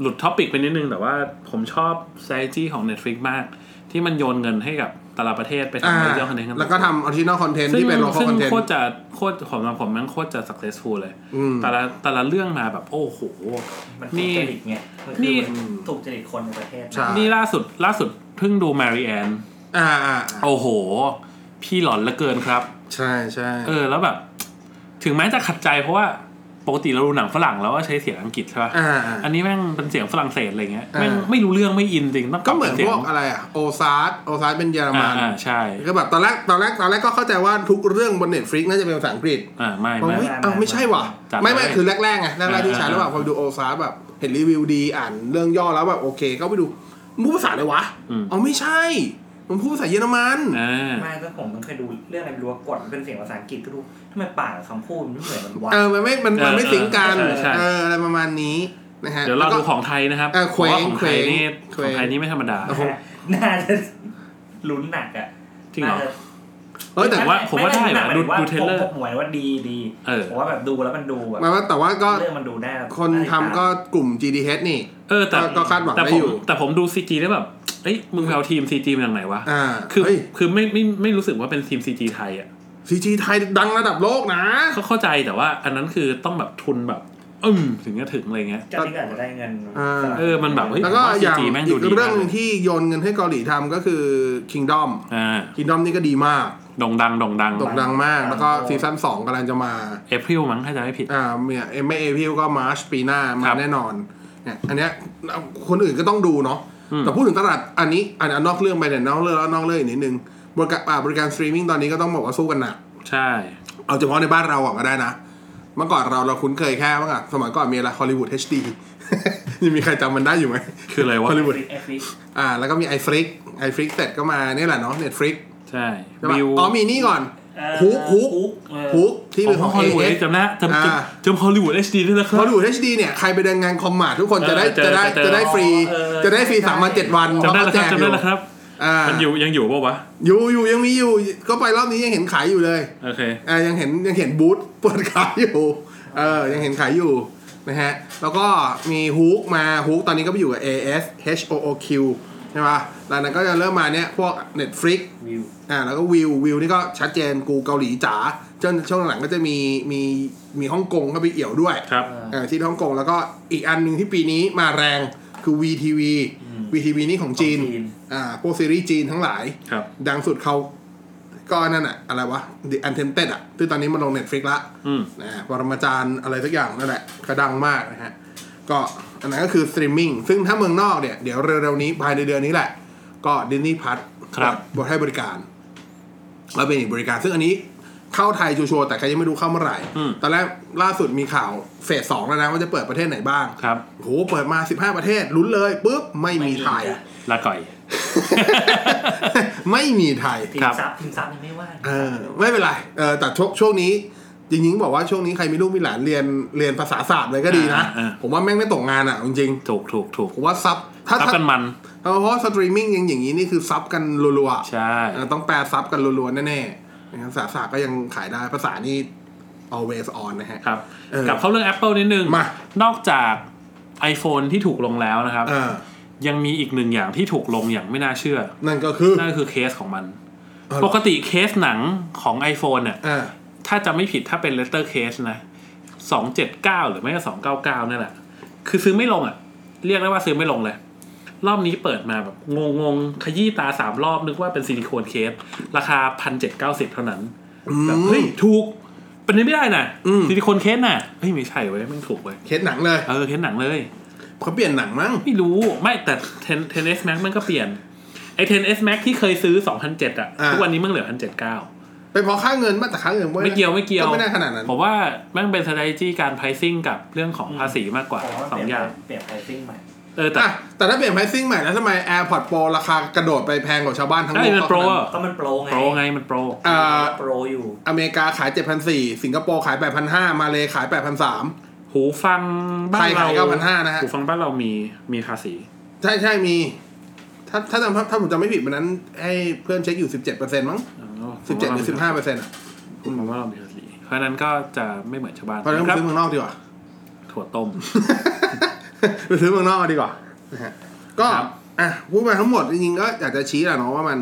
หลุดท็อปิกไปนิดนึง แต่ว่าผมชอบ s ซจี้ของ Netflix มาก ที่มันโยนเงินให้กับแต่ละประเทศไป อ่า ทำเรื่องคอนเทนต์ แล้วก็ทำ original content ซึ่ง ที่เป็น local ซึ่ง content โคตรจะโคตรผมว่าผมแมันโคตรจะ successful เลย อืม แต่ละแต่ละเรื่องมาแบบโอ้โห มันถูกจริตไงมันคือ นี่ มันถูกจริตคนในประเทศนะ ใช่ นี่ล่าสุดล่าสุดเพิ่งดู Mary Ann อ่าอ่า โอ้โห พี่หลอนเหลือเกินครับ ใช่ใช่ เออแล้วแบบ ถึงแม้จะขัดใจเพราะว่าปกติเราดูหนังฝรั่งแล้วว่าใช้เสียงอังกฤษใช่ป่ะ อ่าอ่า อันนี้แม่งเป็นเสียงฝรั่งเศสอะไรเงี้ย อ่า แม่งไม่รู้เรื่องไม่อินจริงต้อง ก็เหมือน ปรับป็ พวสีย ก ง อะไรอ่ะโอซาร์โอซาร์เป็นเยอร อ่า มัน อ่าใช่ ก็แบบตอนแรกตอนแรกตอนแรกก็เข้าใจว่าทุกเรื่องบน Netflix น่าจะเป็นภาษาอังกฤษ อ่าไม่ บอก ไม่ เฮ้ยเอ้าไม่ใช่ว่ะ จัด ไม่ไม่ ไว้ คือแรกๆไงแรกๆที่ใช้ อ่า แล้วแบบพอไปดูโอซาร์แบบเห็นรีวิวดีอ่านเรื่องย่อแล้วแบบโอเค ก็ไปดูมันพูดภาษาอะไรวะอ๋อไม่ใช่ มันพูดภาษาเยอรมัน อ่า ไม่ก็ผมมันเคยดูเรื่องอะไรไม่รู้ว่ากดมันเป็นเสียงภาษาอังกฤษก็ดูทำไมปากกับคำพูดมันไม่เหมือนกันวะ เออ มันไม่ มันมันไม่สิงกัน เออใช่ เออ อะไรประมาณนี้นะฮะ เดี๋ยวเรา แล้ ดู ก็ ของไทยนะครับ เออเคว้ง พราะาของไทยนี่ เค ข ว้ง องไทยนี่ไม่ธรรมดา โอ้โห น่าจะลุ้นหนักอ่ะ จริงเหรอ น่าจะ เออแต่ ว่าผมว่าได้ ห ว่ะ ยถึง ดูดูเทรลเลอร์ ผมหมายว่าดีดี เออ ผมว่าแบบดูแล้วมันดูแบบ หมายว่าแต่ว่าก็ เรื่องมันดูได้แบบ คนทำก็กลุ่ม GDH นี่ เออแต่ ก็ก็คาดหวัง แต่ ได้ ผ อ ม ยู่ แต่ผมดูซีจีแล้วแบบเอ้ยมึงไปเอาทีมซีจีมาจากไหนวะ อ่า คือ เฮ้ย คือไม่ไม่ไม่รู้สึกว่าเป็นทีมซีจีไทยอ่ะ CG ไทยดังระดับโลกนะ เขาเข้าใจแต่ว่าอันนั้นคือต้องแบบทุนแบบอืมถึงจะถึงอะไรเงี้ย จะนี่ก็อาจจะได้เงิน อ่า เออมันแบบเฮ้ย แล้วก็ ผมว่า อย่าง CG แม่งดู อีก ดีมาก เรื่องหนึ่งที่โยนเงินให้เกาหลีทำก็คือ Kingdom อ่า Kingdom นี่ก็ดีมาก โด่งดังโด่งดัง ตกดังมาก แล้วก็ซีซั่นสองกำลังจะมา เอพริลมั้งถ้าจะไม่ผิด อ่าเนี่ยเอ็มไม่เอพิวก็มาร์ชปีหน้า ค มา รับ แน่นอนเนี่ยอันเนี้ยคนอื่นก็ต้องดูเนาะ อืม แต่พูดถึงตลาดอันนี้อันอันนอกเรื่องไปเนี่ยนอกเรื่องแล้วนอกเรื่องอีกนิดนึงบริการอ่าบริการสตรีมมิ่งตอนนี้ก็ต้องบอกว่าสู้กันหนัก ใช่ เอาเฉพาะในบ้านเราก่อนก็ได้นะ เมื่อก่อนเราเราคุ้นเคยแค่ว่าสมัยก่อนมีอะไรฮอลลีวูด HD <laughs> ยังมีใครจำมันได้อยู่ไหม คืออะไรวะ ฮอลลีวูด ฟเอฟลิก อ่าแล้วก็มีไอฟลิกไอฟลิกเสร็จก็มาเนี่ยแหละเนาะเน็ตฟลิก ใช่ ใช่ปะ บิว อ๋อมีนี่ก่อน เอ่อ ฮุกฮุก ฮุกเออ ฮุกที่เป็นของ ฮอลลีวูด AS จำนะจำจำจำฮอลลีวูดเอชดีด้วยนะค พ รั อบ ดู HD เนี่ย ใครไปเดินงานคอมมาร์ททุกคน เออ จะได้ เจอ จะได้ เจอ จะได้ฟรี เออ จะได้ฟรีสามวันเจ็ดวัน จำได้แล้วคเพาะรับจำ เขา ได้ ก แล้วครับ อ่า มันอยู่ยังอยู่เปล่าวะ อยู่อยู่ยังมีอยู่ ก็ไปรอบนี้ยังเห็นขายอยู่เลย โอเค อ่ายังเห็นยังเห็นบูธเปิดขายอยู่เออยังเห็นขายอยู่นะฮะ แล้วก็มีฮุกมาฮุกตอนนี้ก็ไปอยู่กับ AS H O O Q ใช่ป่ะหลังนั้นก็จะเริ่มมาเนี่ยพวก Netflix วิว อ่าแล้วก็วิววิวนี่ก็ชัดเจนกูเกาหลีจ๋าจนช่วงหลังก็จะมีมีมีฮ่องกงเข้าไปเอี่ยวด้วย ครับ อ่าที่ฮ่องกงแล้วก็อีกอันหนึ่งที่ปีนี้มาแรงคือ VTV VTV นี่ของจีนอ่าพวกซีรีส์จีนทั้งหลาย ครับ ดังสุดเขาก็นั่นอะอะไรวะ The Untented อะที่ตอนนี้มันลง Netflix ละ อืม นะปรมาจารย์อะไรสักอย่างนั่นแหละก็ดังมากนะฮะ ก็อันนั้นก็คือสตรีมมิ่งซึ่งถ้าเมืองนอกเนี่ย เดี๋ยวเร็วๆนี้ภายในเดือนนี้แหละ ก็ Disney Plus ครับ บให้บริการแล้วเป็นอีกบริการ ซึ่งอันนี้เข้าไทยชัวร์ๆแต่ใครยังไม่รู้เข้าเมื่อไหร่ อืม ตอนแรกล่าสุดมีข่าวเฟสสองแล้วนะว่าจะเปิดประเทศไหนบ้าง ครับ โอ้โหเปิดมา 15 ประเทศลุ้นเลยปุ๊บไม่มีไทย ลาก่อย ไม่มีไทย ที ครั ม บ ซับทีมซับยังไม่ว่าง เออไม่เป็นไรเออแต่ช่วงช่วงนี้จริงๆบอกว่าช่วงนี้ใครมีลูกมีหลานเรียนเรียนภาษาศาสตร์เลยก็ดีนะ อ่าอ่า ผมว่าแม่งไม่ตกงานอ่ะเอาจริง ถูกถูกถูก ๆผมว่าซับถ้า ทับ ถ้า กันมัน เออเพราะว่าสตรีมมิ่งยังอย่างนี้นี่คือซับกันรัวๆ ใช่ เออต้องแปลซับกันรัวๆ แน่ๆนะครับภาษาศาสตร์ก็ยังขายได้ภาษานี่ always on นะฮะ ครับ เออก ลับเข้าเรื่อง Apple นิดนึง มา นอกจาก iPhone ที่ถูกลงแล้วนะครับ เออ ยังมีอีกหนึ่งอย่างที่ถูกลงอย่างไม่น่าเชื่อ นั่นก็คือ นั่นก็คือเคสของมัน อ๋อ ปกติเคสหนังของ iPhone เนี่ย เออ ถ้าจะไม่ผิดถ้าเป็น letter case นะสองเจ็ดเก้าหรือไม่ก็สองเก้าเก้านั่นแหละ คือซื้อไม่ลงอ่ะ เรียกได้ว่าซื้อไม่ลงเลย รอบนี้เปิดมาแบบงงงๆขยี้ตาสามรอบนึกว่าเป็นซิลิโคนเคส ราคาพันเจ็ดเก้าสิบเท่านั้น อืม แบบเฮ้ยถูก เป็นไปไม่ได้นะ อืม ซิลิโคนเคสน่ะเฮ้ยไม่ใช่เว้ยแมันถูกเว้ย เคสหนังเลย เออเคสหนังเลย เขาเปลี่ยนหนังมั้ง ไม่รู้ไม่แต่ 10- 10s max มันก็เปลี่ยนไอ้ 10s max ที่เคยซื้อ2,007อ่ะ อ่า ทุกวันนี้มันเหลือ1,079 ไปนเพราะค่าเงินมาแต่ค่าเงิน ไม่เกี่ยวไม่เกี่ยว ก็ไม่ได้ขนาดนั้น ผมว่าแม่งเป็น strategy การ pricing กับเรื่องของภาษีมากกว่า ผมว่า สอง เปอลี่นย่าง เปลี่ยนไพรซิ่งใหม่ เออแต่ อ่ะ แต่ถ้าเปลี่ยน pricing ใหม่แล้วทำไม AirPod Pro ราคากระโดดไปแพงกว่าชาวบ้านทั้งโล ไอ้ ก มันโปร เท่านั้น ก็มันโปรไง โปรไงมันโปร อ่า โปรอยู่ อเมริกาขาย 7,400 สิงคโปร์ขาย 8,500 มาเลขาย 8,300 หูฟังบ้านไทยเราขาย9,500นะฮะ หูฟังบ้านเรามีมีภาษี ใช่ใช่มี ถ้าถ้าจำถ้าผมจำไม่ผิดวันนั้น ให้เพื่อนเช็คอยู่ 17%มั้ง 17หรือ15%อ่ะ หูฟังบ้านเรามีภาษี เพราะฉะนั้นก็จะไม่เหมือนชาวบ้าน เพราะฉะนั้น ครั ซื้อเมืองนอกดีกว่า <laughs> ถั่วต้ม ไปซื้อเมืองนอกดีกว่านะฮะก็ ครับ อ่ะพูดมาทั้งหมดจริงๆก็อยากจะชี้แหละเนาะว่ามัน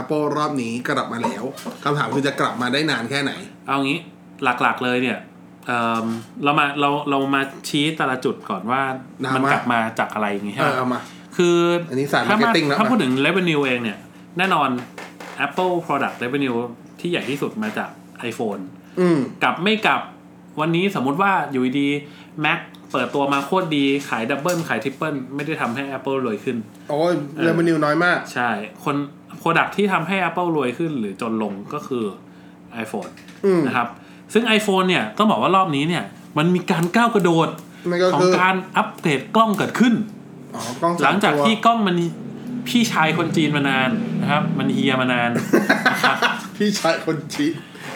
Apple รอบนี้กลับมาแล้วคำถามคือจะกลับมาได้นานแค่ไหน เอางี้หลักๆเลยเนี่ยเอิ่มเรามาเราเรามาชี้แต่ละจุดก่อนว่า นะ มัน มาก กลับมาจากอะไรอย่างงี้ เอ ใช่ไห อ ม เอามา คืออน นี้สาย ถ้ามา marketing แล้ว ถ้า นะ พูดถึง revenue เองเนี่ย แน่นอน Apple product revenue ที่ใหญ่ที่สุดมาจาก iPhone อืม กลับไม่กลับวันนี้สมมุติว่าอยู่ดี Mac เปิดตัวมาโคตรดีขายดับเบิลขายทริปเปิลไม่ได้ทำให้ Apple รวยขึ้น โอ้ยเรมานิวน้อยมาก ใช่ คน product ที่ทำให้ Apple รวยขึ้นหรือจนลงก็คือ iPhone อืม นะครับ ซึ่ง iPhone เนี่ยต้องบอกว่ารอบนี้เนี่ย มันมีการก้าวกระโดด นั่นก็ ของ คือ การอัปเกรดกล้องเกิดขึ้น อ๋อกล้องสม หลังจาก ตัว ที่กล้องมันพี่ชายคนจีนมานานนะครับ มันเฮียมานาน พี่ชายคนชี้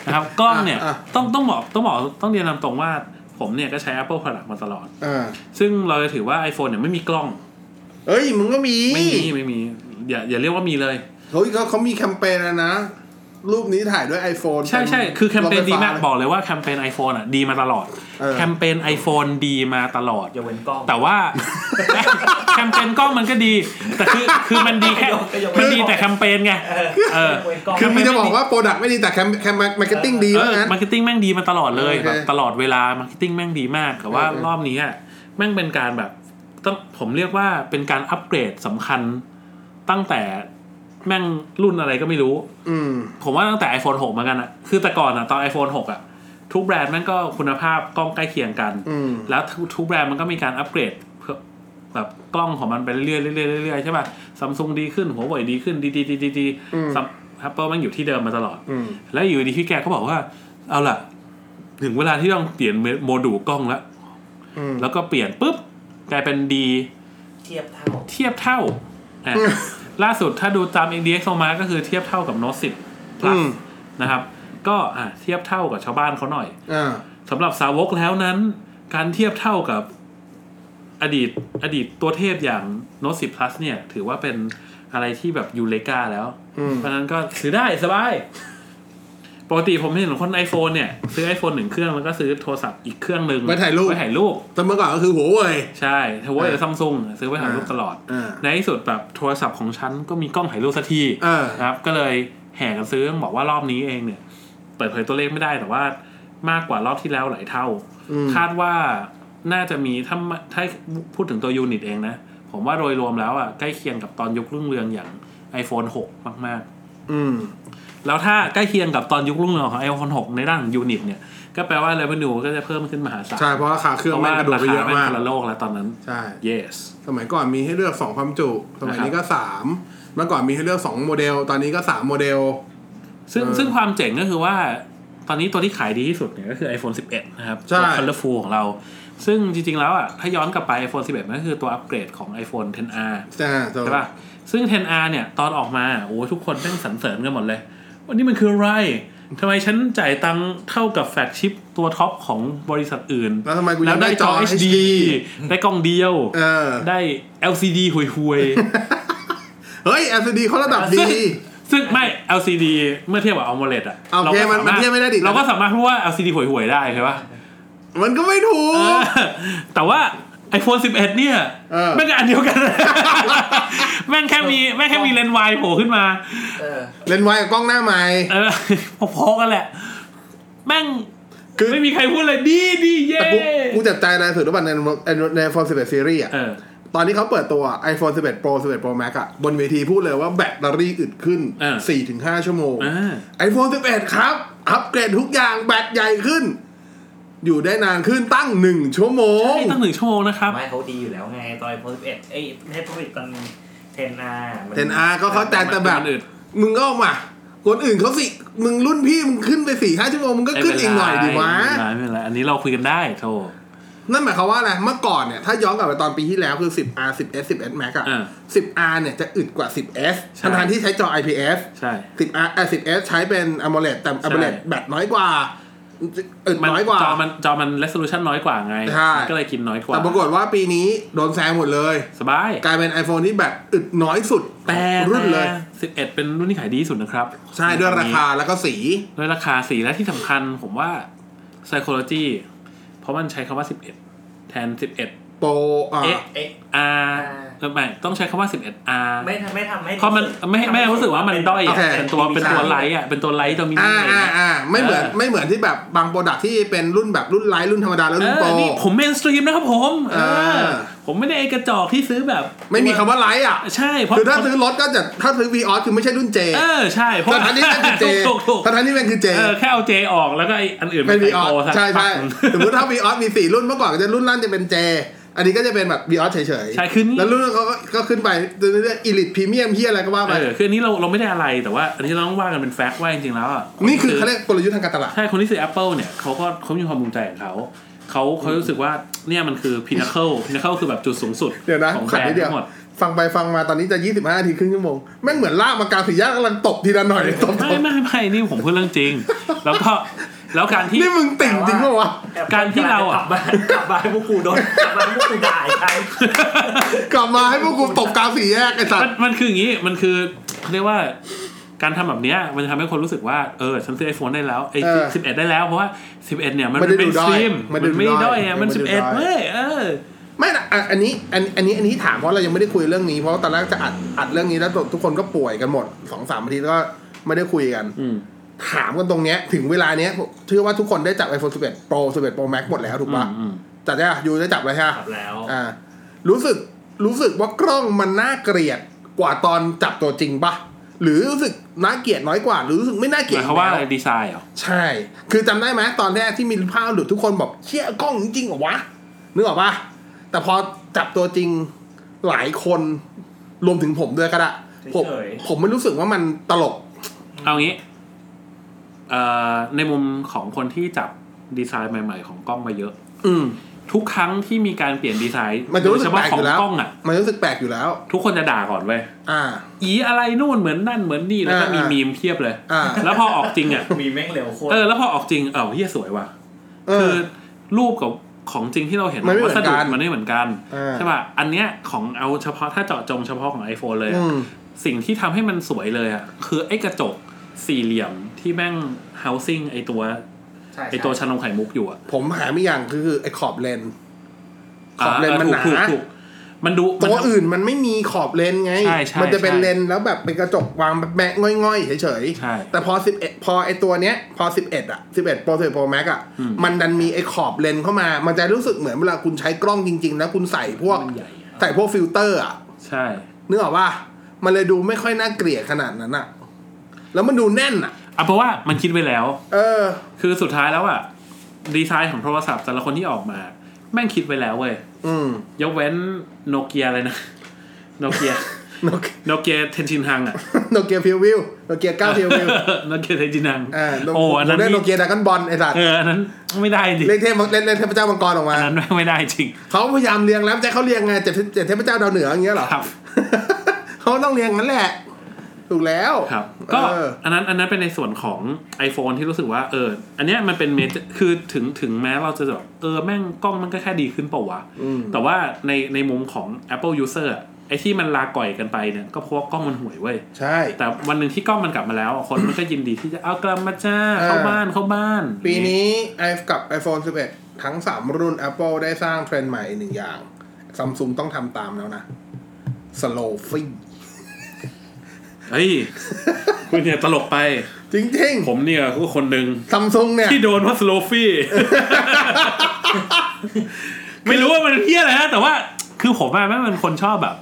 นะครับกล้องเนี่ย อ่ะ ต้องต้องบอกต้องบอกต้องเรียนตามตรงว่า ผมเนี่ยก็ใช้ Apple Product มาตลอด อ่า ซึ่งเราจะถือว่า iPhone เนี่ยไม่มีกล้อง เอ้ยมึงก็มี ไม่มีไม่มีอย่าอย่าเรียกว่ามีเลย เฮ้ยเขาเขามีแคมเปญแล้วนะ รูปนี้ถ่ายด้วย iPhone ใช่ใช่คือแคมเปญดีมาก รถไฟฟ้ บอกเลยว่าแคมเปญ iPhone อ่ะดีมาตลอด เออ แคมเปญ iPhone ดีมาตลอด อย่าเว้นกล้อง แต่ว่า <laughs> แคมเปญกล้องมันก็ดี แต่คือคือมันดีแค่ ยกยก มันดีแต่แคมเปญไง เออ เออ เว้นกล้อง คือมีจะบอกว่าโปรดักต์ไม่ดีแต่แคมแคมมาร์เก็ตติ้งดี เอ ว่า อ งั้น มาร์เก็ตติ้งแม่งดีมาตลอดเลย โอเค แบบตลอดเวลา มาร์เก็ตติ้งแม่งดีมาก แต่ว่า เออเออ รอบนี้อะแม่งเป็นการแบบต้องผมเรียกว่าเป็นการอัปเกรดสำคัญตั้งแต่ แม่งรุ่นอะไรก็ไม่รู้ อืม ผมว่าตั้งแต่ iPhone 6 มากันอะคือแต่ก่อนอะตอน iPhone 6 อะ ทุกแบรนด์แม่งก็คุณภาพกล้องใกล้เคียงกัน อืม แล้วทุกทุกแบรนด์มันก็มีการอัปเกรดเพื่อแบบกล้องของมันไปเรื่อยๆเรื่อยๆเรื่อยๆใช่ป่ะซัมซุงดีขึ้นหัวเว่ยดีขึ้นดีดีดีดีดี อืม ซัมแอปเปิลมันอยู่ที่เดิมมาตลอด อืม แล้วอยู่ดีพี่แกก็บอกว่า เอาล่ะ ถึงเวลาที่ต้องเปลี่ยนโมดูลกล้องแล้ว อืม แล้วก็เปลี่ยนปุ๊บกลายเป็นดี เทียบเท่า เทียบเท่าอ่ะ อืม ล่าสุดถ้าดูตาม ADX ลงมาก็คือเทียบเท่ากับ Note 10 อื Plus ม นะครับ ก็อ่ะเทียบเท่ากับชาวบ้านเขาหน่อย อ่า สำหรับสาวกแล้วนั้น การเทียบเท่ากับอดีตอดีตตัวเทพอย่าง Note 10 Plus เนี่ย ถือว่าเป็นอะไรที่แบบยูเลกาแล้ว อืม เพราะฉะนั้นก็ซื้อได้สบาย ปกติผมเห็นคน iPhone เนี่ย ซื้อ iPhone หนึ่งเครื่องแล้วก็ซื้อโทรศัพท์อีกเครื่องหนึ่ง ไว้ถ่ายรูป ไว้ถ่ายรูป แต่เมื่อก่อนก็คือหัวเว่ย ใช่ถ้าว่า เออ ซัมซุงซื้อไว้ถ่ายรูป อ่า ตลอด อ่า ในที่สุดแบบโทรศัพท์ของฉันก็มีกล้องถ่ายรูปสักที เออ นะครับ ก็เลยแห่กันซื้อต้องบอกว่ารอบนี้เองเนี่ย เปิดเผยตัวเลขไม่ได้แต่ว่ามากกว่ารอบที่แล้วหลายเท่า อืม คาดว่าน่าจะมีถ้าถ้าพูดถึงตัวยูนิตเองนะ ผมว่าโดยรวมแล้วอ่ะใกล้เคียงกับตอนยุครุ่งเรืองอย่าง iPhone 6 มาก อืม ๆ แล้วถ้าใกล้เคียงกับตอนยุครุ่งเรืองของ iPhone 6 ในด้านของยูนิตเนี่ย ก็แปลว่า revenue ก็จะเพิ่มขึ้นมหาศาล ใช่ เพราะราคาเครื่อง เพราะ แม่ ว่าง กระโดด รา ไปเย คา อะ แม่ง มาก คนละโลกแล้วตอนนั้น ใช่ yes สมัยก่อนมีให้เลือกสองความจุ สมัยนี้ก็สามเมื่อก่อนมีให้เลือกสองโมเดล ตอนนี้ก็สามโมเดล ซึ่ง เออ ซึ่งความเจ๋งก็คือว่าตอนนี้ตัวที่ขายดีที่สุดเนี่ยก็คือ iPhone 11 นะครับ ใช่ ตัว Colorful ของเรา ซึ่งจริง ๆ แล้วอ่ะถ้าย้อนกลับไป iPhone 11 มันก็คือตัวอัปเกรดของ iPhone 10R อ่าถูก ใช่ป่ะ ซึ่ง 10R เนี่ย ตอนออกมา โอ้ทุกคนแม่งสรรเสริญกันหมดเลย วันนี้มันคืออะไร ทำไมฉันจ่ายตังค์เท่ากับแฟลกชิปตัวท็อปของบริษัทอื่น แล้วทำไมกู แล้ว ยัง ได้ ได้ จ จ อ อ HD HD ได้กล้องเดียว เออ ได้ LCD ห่วย เฮ้ย LCD เขาระดับ ๆ ดี ซึ่งซึ่งไม่ LCD เมื่อเทียบกับ AMOLED อะ โอเคมันมันเทียบไม่ได้ดิ เราก็สามารถพูดว่า LCD ห่วยๆได้ใช่ป่ะ มันก็ไม่ถู เอก อแต่ว่า iPhone 11 เนี่ย เออ แม่งก็อันเดียวกัน แม่งแค่มีแม่งแค่มีเลนส์วายโผล่ขึ้นมา เออ เลนส์ไวกับกล้องหน้าไม้ เออพอๆกันแหละ แม่ง คือ ไม่มีใครพูดเลยดีดีเย่ แต่กูกูจัดใจนายสุดทุกวันในใน iPhone 11 Series อ่ะ เออ ตอนนี้เขาเปิดตัว iPhone 11 Pro 11 Pro Max อ่ะ บนเวทีพูดเลยว่าแบตเตอรี่อึดขึ้น เออ 4-5 ชั่วโมง อ่า iPhone 11 ครับ อัปเกรดทุกอย่างแบตใหญ่ขึ้น อยู่ได้นานขึ้นตั้ง 1 ชั่วโมง ให้ตั้งหนึ่งชั่วโมงนะครับ ไม่เขาดีอยู่แล้วไงตอนโพสิบเอ็ดไอ้เทปโพสิบตอนเทนอา 10R ก็เข้าใจแต่แบบ มันอึด มึงก็ออกมาคนอื่นเขาสิมึงรุ่นพี่มึงขึ้นไปสี่ห้าชั่วโมงมึงก็ขึ้นอีกหน่อยดีวะ ไม่เป็นไรไม่เป็นไรอันนี้เราคุยกันได้โทร นั่นหมายความว่าอะไร เมื่อก่อนเนี่ย ถ้าย้อนกลับไปตอนปีที่แล้วคือ 10R 10S 10S Max อะ อ่า 10R เนี่ยจะอึดกว่า 10S ใช่ ทั้งทที่ใช้จอ IPS ใช่ 10R เอ่อ 10S ใช้เป็น AMOLED แต่ AMOLED แบตน้อยกว่า อึด มัน น้อยกว่า จอมันจอมันเรสโซลูชันน้อยกว่าไง ใช่ มันก็เลยกินน้อยกว่า แต่ปรากฏว่าปีนี้โดนแซงหมดเลย สบาย กลายเป็น iPhone ที่แบตอึดน้อยสุด แต่ รุ่นเลย สิบเอ็ดเป็นรุ่นที่ขายดีที่สุดนะครับ ใช่ด้วยราคาแล้วก็สี ด้วยราคาสีและที่สำคัญผมว่า psychology เพราะมันใช้คำว่าสิบเอ็ดแทนสิบเอ็ด โปรอ่ะ เอ๊ะ เอ๊ะ R ไม่ต้องใช้คำว่า 11 R ไม่ทำไม่ทำให้ เพราะมันไม่ไม่ไม่รู้สึกว่ามันด้อย โอ อ่ะ เค เป็นตัวเป็นตัวไลท์อ่ะเป็นตัวไลท์ตัวมินิ อ่า อะไร อ่า เงี้ย อ่าไม่เหมือน เออ ไม่เหมือนที่แบบบางโปรดักที่เป็นรุ่นแบบรุ่นไลท์รุ่นธรรมดาแล้ว เอ รุ่นโปร อนี่ผมเมนสตรีมนะครับผมเอ เอ อ อ ผมไม่ได้ไอกระจอกที่ซื้อแบบ ไม่มีคำว่าไลท์อ่ะ ใช่เพราะ คือถ้าซื้อรถก็จะถ้าซื้อ V ีออสคือไม่ใช่รุ่นเจ เออใช่เพราะ สถานีนั่นคือเจ ถูกถูก สถานีนั่นคือเจ เออแค่เอาเจออกแล้วก็ไออันอื่น เป็น V ีอ ใส่ อ โต ส ซะ ใช่ใช่สมมติถ้า V ีออสมีสี่รุ่นเมื่อก่อนก็จะรุ่นล่างจะเป็นเจ อันนี้ก็จะเป็นแบบ V ีออสเฉย ใช่คือนี่ ๆแล้วรุ่นเขาก็ก็ขึ้นไปเรื่อยๆอีลิทพรีเมียมเฮียอะไรก็ว่าไป เออคืออันนี้เราเราไม่ได้อะไรแต่ว่า อันนี้เราต้องว่ากันเป็นแฟกต์ว่าจริงๆแล้วอ่ะ นี่คือเขาเรียกกลยุทธ์ทางการตลาด ใช่คนที่ซื้อ Apple เนี่ยเขาก็เขามีความภูมิใจของเขา เขาเขารู้สึกว่าเนี่ยมันคือพินาเคิลพินาเคิลคือแบบจุดสูงสุด เดี๋ยวนะ ของแบ ขั ร ด น นิด ด์ เดียว ทั้งหมด ฟังไปฟังมาตอนนี้จะ 25นาทีครึ่งชั่วโมงแม่งเหมือนลากมากลางสี่แยกกำลังตบทีละหน่อยตบ ไม่ไม่ไม่นี่ผมพูดเรื่องจริง แล้วก็แล้วการที่ นี่มึงติ่งจริงปะวะ การที่เราอ่ะ กลับบ้านกลับบ้านพวกกูโดนกลับบ้านพวกกูด่าใคร กลับมาให้พวกกูตบกลางสี่แยกไอ้สัต มัน ว์ มันคืออย่างนี้มันคือเขาเรียกว่าการทำแบบเนี้ยมันทำให้คนรู้สึกว่าเออฉันซื้อ iPhone ได้แล้วไอ้สิบเอ็ดได้แล้วเพราะว่าสิบเอ็ดเนี่ยมันเป็นสตรีมมันไม่ด้อยอะมันสิบเอ็ดเว้ยเออ ไม่นะอ่ะอันนี้อันอันนี้อันนี้ถามเพราะเรายังไม่ได้คุยเรื่องนี้เพราะว่าตอนแรกจะอัดอัดเรื่องนี้แล้วทุกคนก็ป่วยกันหมดสองสามนาทีแล้วก็ไม่ได้คุยกัน อืม ถามกันตรงเนี้ยถึงเวลาเนี้ยผมเชื่อว่าทุกคนได้จับ iPhone 11 Pro 11 Pro Max หมดแล้วถูกปะ อืมอืม จัดได้ปะยูได้จับแล้วใช่ปะ กลับแล้ว อ่ารู้สึกรู้สึกว่ากล้องมันน่าเกลียดกว่าตอนจับตัวจริงปะ หรือรู้สึกน่าเกลียดน้อยกว่า หรือรู้สึกไม่น่าเกลี ห ย มา ด ยความว่าอะไร แล้ว ดีไซน์เหรอ ใช่ คือจำได้ไหมตอนแรกที่มีภาพหลุดทุกคนบอกเชี่ยกล้องจริงๆเหรอวะนึกออกปะแต่พอจับตัวจริงหลายคนรวมถึงผมด้วยก็ได้ผม เฉยๆ ผมไม่รู้สึกว่ามันตลก เอางี้เอ่อในมุมของคนที่จับดีไซน์ใหม่ ๆ ของกล้องมาเยอะ อืม ทุกครั้งที่มีการเปลี่ยนดีไซน์ มันจะรู้สึก โด แปล ย ก เฉพาะข อ อง ยู่แล้ว กล้องอ่ะ มันรู้สึกแปลกอยู่แล้ว ทุกคนจะด่าก่อนเว้ย อ่า อีอะไรนู่นเหมือนนั่นเหมือนนี่แล้วก็ อ่ามี มีมีมเพียบเลย อ่า แล้วพอออกจริงอ่ะ มีแม่งเร็วโคตร เออแล้วพอออกจริงเอ้าเฮียสวยว่ะ เอ คือ อรูปกับของจริงที่เราเห็น มันไม่เหมื วั อน สดุ กัน มันไม่เหมือนกัน อ่า ใช่ป่ะ อันเนี้ยของเอาเฉพาะถ้าเจาะจงเฉพาะของ iPhone เลยอะ อืม สิ่งที่ทำให้มันสวยเลยอ่ะ คือไอ้กระจกสี่เหลี่ยมที่แม่ง housing ไอ้ตัว ใช่ ไอ้ตัวชัใช่นลงไข่มุกอยู่อ่ะ ผมหาไม่อย่างคือไอ้ขอบเลน ขอบเลน อ่า มันหนา ถูกถูกถูกมันดูมัน ตัว ทำ อื่นมันไม่มีขอบเลนไง ใช่ใช่ มัจะเป็น ใช่ เลนแล้วแบบเป็นกระจกวางแบบแบะง่อยๆเฉย ใช่ ๆ แต่พอ11พอไอตัวเนี้ย พอ 11อ่ะ11 Pro 11 Pro Max อ่ะ อืม มันดันมีไอขอบเลนเข้ามา มันจะรู้สึกเหมือนเวลาคุณใช้กล้องจริง ๆ แล้วคุณใส่พวก มันใหญ่อะ ใส่พวกฟิลเตอร์อ่ะ ใช่ นึกออกป่ะมันเลยดูไม่ค่อยน่าเกลียดขนาดนั้นอ่ะ แล้วมันดูแน่นอ่ะ เอาเพราะว่ามันคิดไว้แล้ว เออ คือสุดท้ายแล้วอ่ะ ดีไซน์ของโทรศัพท์แต่ละคนที่ออกมา แม่งคิดไว้แล้วเว้ย อืม ยกเว้นโนเกียเลยนะโนเกี <laughs> ย โนเกีย โนเกียเทนชินฮังอ่ะ โนเกียฟิววิวโนเกียเก้าฟิว <laughs> วิว โนเกียเทนชินฮัง อ่า โอ้ อันนั้น ผมเล่นโน นี่ เกียดราก้อนบอลไอ้สัตว์ เออ อันนั้นไม่ได้จริง เล่นเทพเล่นเล่นเทพเจ้ามังกรออกมา อันนั้นไม่ได้จริง เขาพยายามเรียงแล้วแต่เขาเรียงไงเจ็ดเจ็ดเทพเจ้าดาวเหนืออย่างเงี้ยเหรอ ครับ <laughs> เขาต้องเรียงงั้นแหละ ถูกแล้ว ครับ ก็ เออ อันนั้นอันนั้นเป็นในส่วนของ iPhone ที่รู้สึกว่าเออ อันเนี้ยมันเป็นเมเจอร์คือถึงถึงแม้เราจะแบบเออแม่งกล้องมันก็แค่ดีขึ้นเปล่าวะ อืม แต่ว่าในในมุมของ Apple User อะไอ้ที่มันลาก่อยกันไปเนี่ยก็เพราะว่ากล้องมันห่วยเว้ย ใช่ แต่วันหนึ่งที่กล้องมันกลับมาแล้วอะคนมันก็ยินดีที่จะเอากลับมาจ้า เออ เข้าบ้านเข้าบ้าน ปีนี้ไอกับ iPhone 11 ทั้ง 3 รุ่น Apple ได้สร้างเทรนด์ใหม่หนึ่งอย่างซัมซุงต้องทำตามแล้วนะ slow f i n เฮ้ยคุณเนี่ยตลกไป จริง ผมเนี่ยก็คนหนึ่ง ๆซัมซุงเนี่ย ที่โดนว่าสโลฟี่ <laughs> ไม่รู้ว่ามันเพี้ยอะไรนะแต่ว่าคือผมว่าแม่งเป็นคนชอบแบบ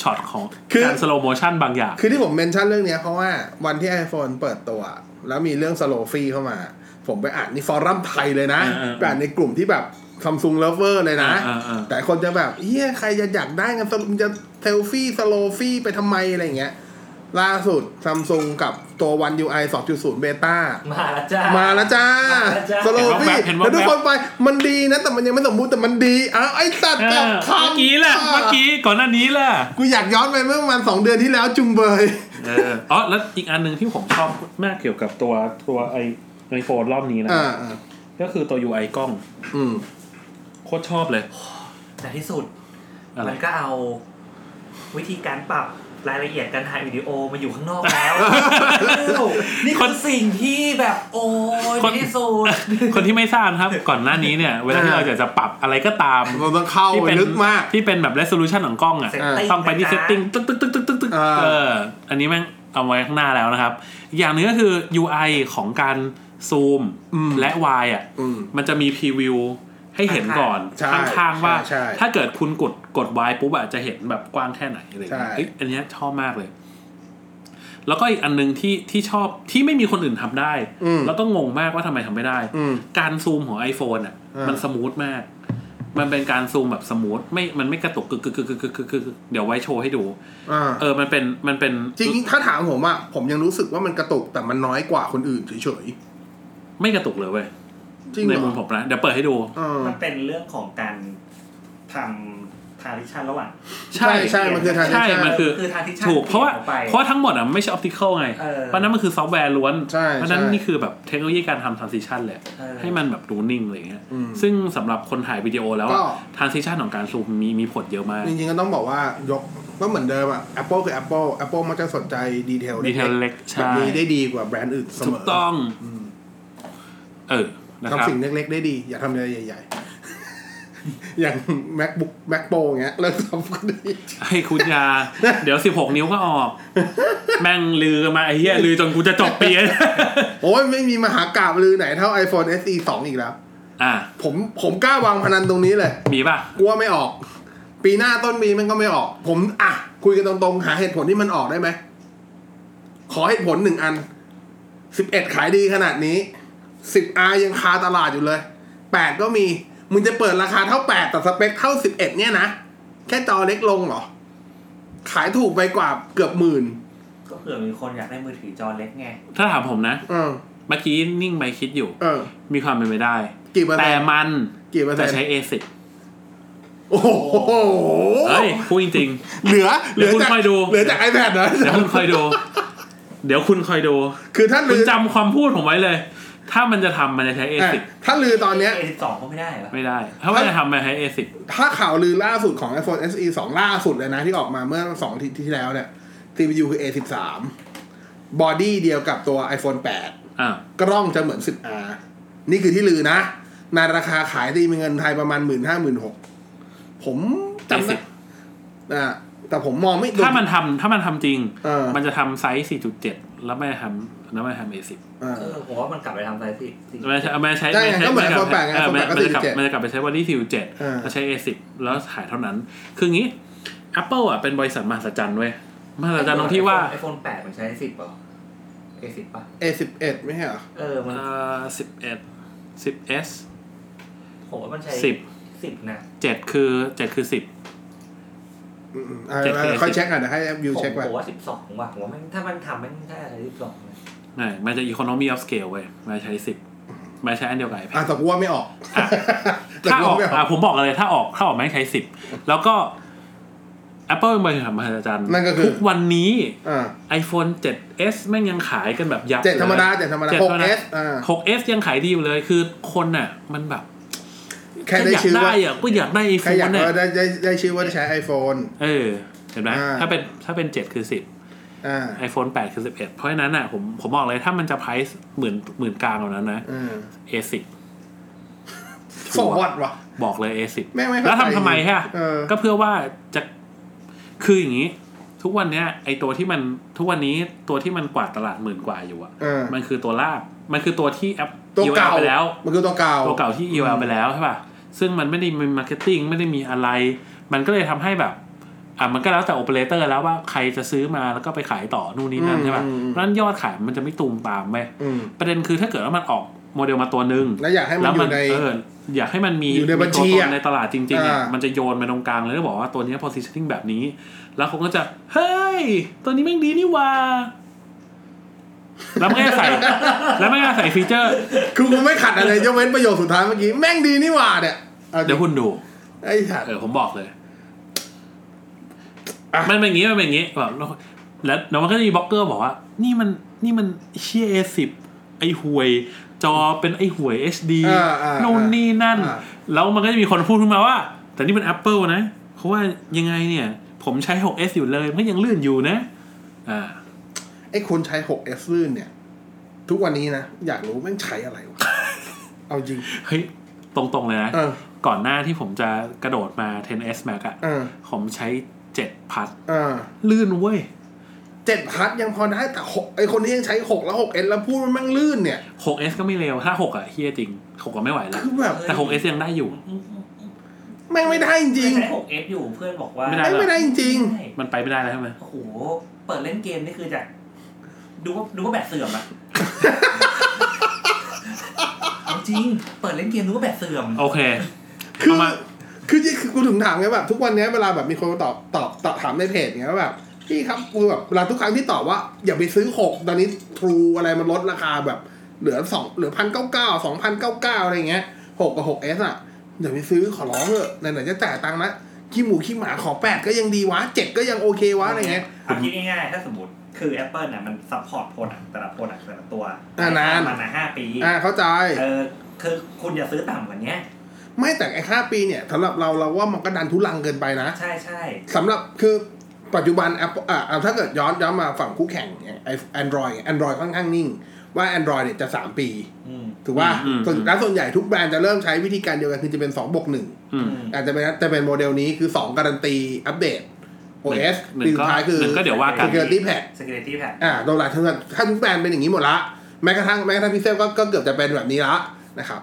ช็อตของ คือ การสโลโมชันบางอย่าง คือที่ผมเมนชั่นเรื่องเนี้ยเพราะว่าวันที่ iPhone เปิดตัว แล้วมีเรื่องสโลฟี่เข้ามา ผมไปอ่านในฟอรัมไทยเลยนะ เออเออ ไปอ่านในกลุ่มที่แบบซัมซุงเลเวอร์เลยนะ เออเออเออ แต่คนจะแบบเฮียใครจะอยากได้กันมันจะเซลฟี่สโลฟี่ไปทำไมอะไรอย่างเงี้ย ล่าสุดซัมซุงกับตัว One UI 2.0 Beta มาแล้วจ้า มาแล้วจ้า มาแล้วจ้า สโลฟี่ เห็นว่าแบบ แล้วทุกคนไปมันดีนะ แต่มันยังไม่สมบูรณ์แต่มันดีอ้าวไอ้สัตว์ เอ แบ อบ เมื่อ คำ กี้แหละเมื่อกี้ก่อนหน้านี้แหละ กูอยากย้อนไปเมื่อประมาณสองเดือนที่แล้วจุงเบย เอออ๋อแล้วอีกอันหนึ่งที่ผมชอบมากเกี่ยวกับตัวตัวไอไอโฟนรอบนี้นะ อ่าอ่า ก็คือตัว UI กล้อง อืม โคตรชอบเลย แต่ที่สุด อะไร มันก็เอาวิธีการปรับรายละเอียดการถ่ายวิดีโอมาอยู่ข้างนอกแล้ว นี่คือสิ่งที่แบบโอ้ย คน ที่สุด คนที่ไม่ทราบนะครับ <laughs> ก่อนหน้านี้เนี่ย เวลาที่เราอยากจะปรับอะไรก็ตาม เราต้องเข้าไปลึกมาก ที่เป็นแบบ resolution ของกล้องอ่ะ Setting ต้องไปที่ นะจ๊ะ setting ตึ๊กตึ๊กตึ๊กตึ๊กตึ๊กตึ๊ก อ่า เออ อันนี้แม่งเอาไว้ข้างหน้าแล้วนะครับ อีกอย่างหนึงก็คือ UI ของการซูมและ Y อ่ะ อืม มันจะมีพรีวิวให้เห็นก่อน ใช่ ข้างๆว่า ใช่ใช่ ถ้าเกิดคุณกดกด Y ปุ๊บอ่ะจะเห็นแบบกว้างแค่ไหนอะไรอย่างเงี้ย ใช่ เอ้ยอันเนี้ยชอบมากเลย แล้วก็อีกอันหนึงที่ที่ชอบที่ไม่มีคนอื่นทำได้ อืม แล้วก็งงมากว่าทำไมทำไม่ได้ อืม การซูมของ iPhone อ่ะ อ่ามั มันสมูทมาก มันเป็นการซูมแบบสมูทไม่ มันไม่กระตุกกึกกึกกึกกึกกึกกึกเดี๋ยวไว้โชว์ให้ดู อ่า เออ มันเป็น มันเป็น จริงๆถ้าถามผมอะผมยังรู้สึกว่ามันกระตุกแต่มันน้อยกว่าคนอื่นเฉย ไม่กระตุกเลยเว้ย ๆ จริงเห ใน ร มุมผ อ มนะ เดี๋ยวเปิดให้ดู เออ มันเป็นเรื่องของการทำทาริชันระหว่าง ใช่ใช่มันคือทาง ใช่ มันคือ คือ transition ถูก เพราะว่า เปลี่ยนออกไป เพราะว่าทั้งหมดอ่ะมันไม่ใช่ออปติคอลไง เออ เพราะนั้นมันคือซอฟต์แวร์ล้วน ใช่ เพราะฉะ ใช่ นั้นนี่คือแบบเทคโนโลยีการทำทรานซิชันเลย เออ ให้มันแบบดูนิ่งอะไรอย่างเงี้ย อืม ซึ่งสำหรับคนถ่ายวิดีโอแล้ว ก็ ทรานซิชันของการซูมมีมีผลเยอะมาก จริงๆก็ต้องบอกว่ายกก็เหมือนเดิมอะ Apple คือ Apple Apple มันจะสนใจดีเทล ดีเทลเล็ก แบบใช่นี้ได้ดีกว่าแบรนด์อื่นเส ถู ม ก อ ต้อง เออ นะครับ ทำสิ่งเล็กๆได้ดี อย่าทำอะไรใหญ่ๆ <laughs> อย่าง MacBook Mac Pro อย่างเงี้ <laughs> ยเริ่มทำก็ดี ให้คุณยา เดี๋ยวสิบหกนิ้วก็ออก แม่งลือมาไอ้เหี้ยลือจนกูจะจบปี <laughs> โอ้ยไม่มีมหากราบลือไหนเท่า iPhone SE 2 อีกแล้ว อ่ะ ผมผมกล้าวางพนันตรงนี้เลย มีป่ะ กลัวไม่ออก ปีหน้าต้นปีมันก็ไม่ออก ผมอ่ะ คุยกันตรงๆ หาเหตุผลที่มันออกได้ไหม ขอให้ผลหนึ่งอันสิบเอ็ดขายดีขนาดนี้สิบอายังคาตลาดอยู่เลยแปดก็มี มึงจะเปิดราคาเท่าแปดแต่สเปคเท่าสิบเอ็ดเนี่ยนะ แค่จอเล็กลงเหรอ ขายถูกไปกว่าเกือบหมื่น ก็เผื่อมีคนอยากได้มือถือจอเล็กไง ถ้าถามผมนะ เออ เมื่อกี้นิ่งไปคิดอยู่ เออ มีความเป็นไปได้ กี่เปอร์เซ็ แต่ นต์ มัน กี่เปอร์เซ็ จะ นต์ ใช้ ASIC โอ้โห เฮ้ยพูดจริง เหลือ เดี๋ยวคุณ จาก คอยดู เหลือจาก iPad นะ ๆเดี๋ยวคุณคอยดู เดี๋ยวคุณคอยดู คือถ้า คุ ลื ณ อ จำความพูดผมไว้เลย ถ้ามันจะทำมันจะใช้ อ่ะ ASIC ถ้าลือตอนเนี้ย A12 ก็ไม่ได้เหรอ ไม่ได้ ถ้ามันจะทำมันใช้ ASIC ถ้าข่าวลือล่าสุดของ iPhone SE 2 ล่าสุดเลยนะ ที่ออกมาเมื่อ2อาทิตย์ที่แล้วเนี่ย CPU คือ A13 บอดี้เดียวกับตัว iPhone อ่ะ 8 กล้องจะเหมือน 10R นี่คือที่ลือนะ ในราคาขายตีเป็นเงินไทยประมาณ 1 5 6 0 0 0ผมจำได้อ่ะแต่ผมมองไม่ ถ้ามันทำถ้ามันทำจริง เออ มันจะทำไซส์ 4.7 แล้วไม่ทำแล้วไม่ทำ ASIC เอ เอ อ อผมว่ามันกลับไปทำไซส์สี่สี่ มันจะมันจะใช้ ได้ไงก็เหมือน จะ iPhone 8ไง เออ iPhone มัน 8ก็ มันจะกลับ 47 มันจะกลับไปใช้วันที่สิวเจ็ด อ่า แล้วใช้ A10 แล้วขายเท่านั้น คืองี้ Apple อ่ะเป็นบริษัทมหัศจรรย์เว้ยมหัศจรรย์ตรงที่ว่า ไอโฟนแปดมันใช้สิบป่ะ A10 ป่ะ A11 ไม่ใช่เหรอ เออมัน เอ่อสิบเอ็ดสิบเอส ผมว่ามันใช้ สิบ สิบนะ เจ็ดคือเจ็ดคือสิบ อืมๆอ่า เจ็ดเจ็ด ค่อยเช็คก่อนเดี๋ยวให้วิว ผม เช็คก่อน ผมว่าสิบสองว่ะผมว่ามันถ้ามันทำมันถ้าอะไรสิบสองนะ ไม่มันจะ economy of scale เว้ยมันใช้สิบมันใช้อันเดียวกับ iPad อ่ะแต่กูว่าไม่ออก อ่ะ แต่ ถ้า กู ออ ว่าก ไม่ออ อ่ะ ก ผมบอกเลยถ้าออกถ้าออกแม่งใช้สิบแล้วก็ Apple เป็นบริษัทมหัศจรรย์ นั่นก็คือ ทุกวันนี้ อ่า iPhone 7s แม่งยังขายกันแบบยับ เจ็ด ลย ธรรมดาเจ็ดธรรมดา เจ็ด ห ธร ก รม เอ ดา สอ่า 6s ยังขายดีอยู่เลยคือคนน่ะ มันแบบ แค่ได้ อยาก ชื่อ ได้ ว่า อะก็อยากได้ไอโฟ แค่อยาน ก เนี่ย ว่าได้ได้ได้ได้ชื่อว่าใช้ iPhone เออ เห็นไหม อ่า ถ้าเป็นถ้าเป็น 7 คือ อ่า 10 iPhone 8 คือ 11 เพราะฉะนั้นน่ะผมผมบอกเลยถ้ามันจะ price หมื่นหมื่นกลางแบบนั้นนะ อืม A10 สวอดว่ะ บอกเลย A10 แม่งไม่เข้าใจ แล้วทำทำไมฮะ เออ ก็เพื่อว่าจะคืออย่างนี้ ทุกวันเนี้ยไอตัวที่มันทุกวันนี้ตัวที่มันกวาดตลาดหมื่นกว่าอยู่อะ เออ มันคือตัวลากมันคือตัวที่แอป ตัวเก่า EOL ไปแล้ว มันคือตัวเก่า ตัวเก่าที่ EOL ไปแล้วใช่ป่ะ ซึ่งมันไม่ได้มีมาร์เก็ตติ้งไม่ได้มีอะไร มันก็เลยทำให้แบบ อ่ะมันก็แล้วแต่โอเปอเรเตอร์แล้วว่าใครจะซื้อมาแล้วก็ไปขายต่อนู่นนี่นั่นใช่ป่ะ อืมอืม เพราะฉะนั้นยอดขายมันจะไม่ตูมตามไป อืม ประเด็นคือถ้าเกิดว่ามันออกโมเดลมาตัวหนึ่ง แล้วอยากให้มัน แล้อวมั ยู่ใน เอออยากให้มันมี อยู่ในบัญชี มีตัวต อะ นในตลาดจริงๆเนี่ย อ่ามั มันจะโยนมาตรงกลางเลยแล้วบอกว่าตัวเนี้ย positioning แบบนี้ แล้วเขาก็จะเฮ้ยตัวนี้แม่งดีนี่หว่าแล้วมันก็จะใส่ แล้วมันก็จะใส่ฟีเจอร์ คือกูไม่ขัด <laughs> อะไรยกเว้นประโยคสุดท้ายเมื่อกี้ แม่งดีนี่หว่าเนี่ยอา เดี๋ยวคุณดู ไอ้สัตว์ เออผมบอกเลย อ่ะ มันเป็นอย่างนี้มันเป็นอย่างนี้แบบแล้วแล้วแล้วมันก็จะมีบล็อกเกอร์บอกว่า นี่มันนี่มันเชียเอสิบไอห่วย จอเป็นไอห่วย HD อ่าอ่า นู่นนี่นั่น อ่า แล้วมันก็จะมีคนพูดขึ้นมาว่า แต่นี่มัน Apple นะเขาว่ายังไงเนี่ย ผมใช้ 6s อยู่เลย มันก็ยังเลื่อนอยู่นะ อ่า ไอ้คนใช้ 6S ลื่นเนี่ย ทุกวันนี้นะ อยากรู้แม่งใช้อะไรวะ เอา <laughs> จริง เฮ้ย ตรงๆเลยนะ เออ ก่อนหน้าที่ผมจะกระโดดมา 10s max อะ เออ ผมใช้7พัด เออ ลื่นเว้ย เจ็ดพัดยังพอได้แต่หกไอคนที่ยังใช้หกแล้วหกเอ็นแล้วพูดว่าแม่งลื่นเนี่ย 6s ก็ไม่เร็ว ถ้า 6 อ่ะเฮียจริง 6ก็ไม่ไหวแล้ว คือแบบ แต่ 6s ยังได้อยู่ แม่งไม่ได้จริง ใช้ 6S อยู่เพื่อนบอกว่า ไม่ แม่งไม่ได้จริง ใช่ มันไปไม่ได้แล้วใช่ไหม โอ้โห เปิดเล่นเกมนี่คือจะดูว่าดูว่าแบตเสื่อมอะ เอาจริง เปิดเล่นเกมดูว่าแบตเสื่อม โอเค คื ป อ ระมาณ คือคือคือกูถึงถามไงแบบทุกวันเนี้ยเวลาแบบมีคนมาตอบตอบตอบถามในเพจเนี้ยว่าแบบพี่ครับกูแบบเวลาทุกครั้งที่ตอบว่า อย่าไปซื้อหกตอนนี้ทรูอะไรมันลดราคาแบบ เหลือสองเหลือพันเก้าเก้าสองพันเก้าเก้าอะไรเงี้ยหกกับหกเอสอ่ะอย่าไปซื้อขอร้องเถอะไหนๆจะจ่ายตังค์ละขี้หมูขี้หมาขอแปดก็ยังดีวะเจ็ดก็ยังโอเควะอะไรเงี้ย เอาคิดง่ายๆ ถ้าสมมติ คือ Apple น่ะมันซัพพอร์ตโปรดักต์แต่ละโปรดักต์แต่ละตัว อ่านาน มันนะห้าปี อ่าเข้าใจ เออคือคุณอย่าซื้อต่ำกว่าเนี้ย ไม่แต่ไอ้ห้าปีเนี่ยสำหรับเราเราว่ามันก็ดันทุลังเกินไปนะ ใช่ใช่ สำหรับคือปัจจุบัน Apple อ่ะอ่ะถ้าเกิดย้อนย้อนมาฝั่งคู่แข่งอย่างไอแอนดรอยแอนดรอยค่อนข้างนิ่ง ว่า Android เนี่ยจะ 3 ปี อืม ถูกป่ะ อืมอืม ส่วนแล้วส่วนใหญ่ทุกแบรนด์จะเริ่มใช้วิธีการเดียวกันคือจะเป็น2บวก อืม 1อาจจะเป็นจะเป็นโมเดลนี้คือ 2 การันตีอัปเดต OS ห ปี นึ่ง สุดก็ท้ายคือ หนึ่งก็เดี๋ยวว่ากัน Security Patch สกิลตี้แพด อ่าโดยหลักทั้งถ้าทุกแบรนด์เป็นอย่างนี้หมดละ แม้กระทั่งแม้กระทั่งพิเซลก็ก็เกือบจะเป็นแบบนี้ละนะครับ